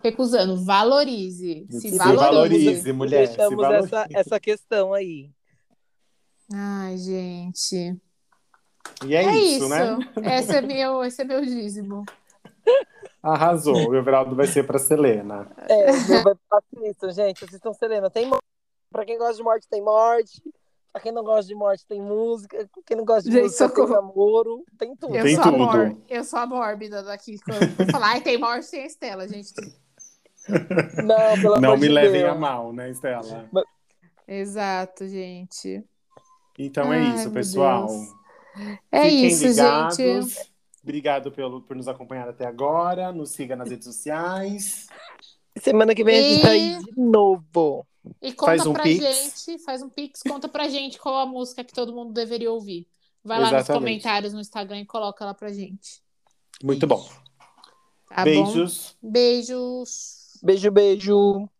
Speaker 3: recusando. Valorize. Se,
Speaker 1: [laughs] Se
Speaker 3: valorize.
Speaker 1: valorize, mulher. Se
Speaker 2: Deixamos
Speaker 1: valorize.
Speaker 2: essa, essa questão aí.
Speaker 3: Ai, gente.
Speaker 1: E é,
Speaker 3: É,
Speaker 1: isso,
Speaker 3: isso.
Speaker 1: né?
Speaker 3: Esse, é meu, esse é meu dízimo.
Speaker 1: Arrasou. O Everaldo vai ser pra Selena.
Speaker 2: É, meu, vai- assistam, gente. Assistam Selena. Tem morte. Pra quem gosta de morte, tem morte. Pra quem não gosta de morte, tem música. Pra quem não gosta de
Speaker 3: Gente,
Speaker 2: música, tem
Speaker 3: socorro.
Speaker 2: namoro. Tem tudo.
Speaker 3: Eu
Speaker 1: Tem
Speaker 3: sou
Speaker 1: tudo.
Speaker 3: a mór- Eu sou a mórbida daqui. Quando eu falar, ai, tem morte, tem a Estela, gente.
Speaker 2: Não, pelo
Speaker 1: Não
Speaker 2: amor
Speaker 1: me
Speaker 2: de
Speaker 1: levem
Speaker 2: Deus.
Speaker 1: a mal, né, Estela?
Speaker 3: Exato, gente.
Speaker 1: Então é
Speaker 3: Ai,
Speaker 1: isso,
Speaker 3: meu
Speaker 1: pessoal.
Speaker 3: Deus. É
Speaker 1: Fiquem
Speaker 3: isso,
Speaker 1: ligados.
Speaker 3: gente.
Speaker 1: Obrigado pelo, por nos acompanhar até agora. Nos siga nas redes sociais.
Speaker 2: Semana que vem a gente tá
Speaker 3: E-
Speaker 2: aí de novo.
Speaker 3: E conta
Speaker 1: Faz um
Speaker 3: pra
Speaker 1: pix.
Speaker 3: gente, faz um pix, conta pra gente qual a música que todo mundo deveria ouvir. Vai lá nos
Speaker 1: Exatamente.
Speaker 3: comentários no Instagram e coloca lá pra gente.
Speaker 1: Muito bom.
Speaker 3: Tá
Speaker 1: Beijos.
Speaker 3: bom? Beijos.
Speaker 2: Beijo, beijo.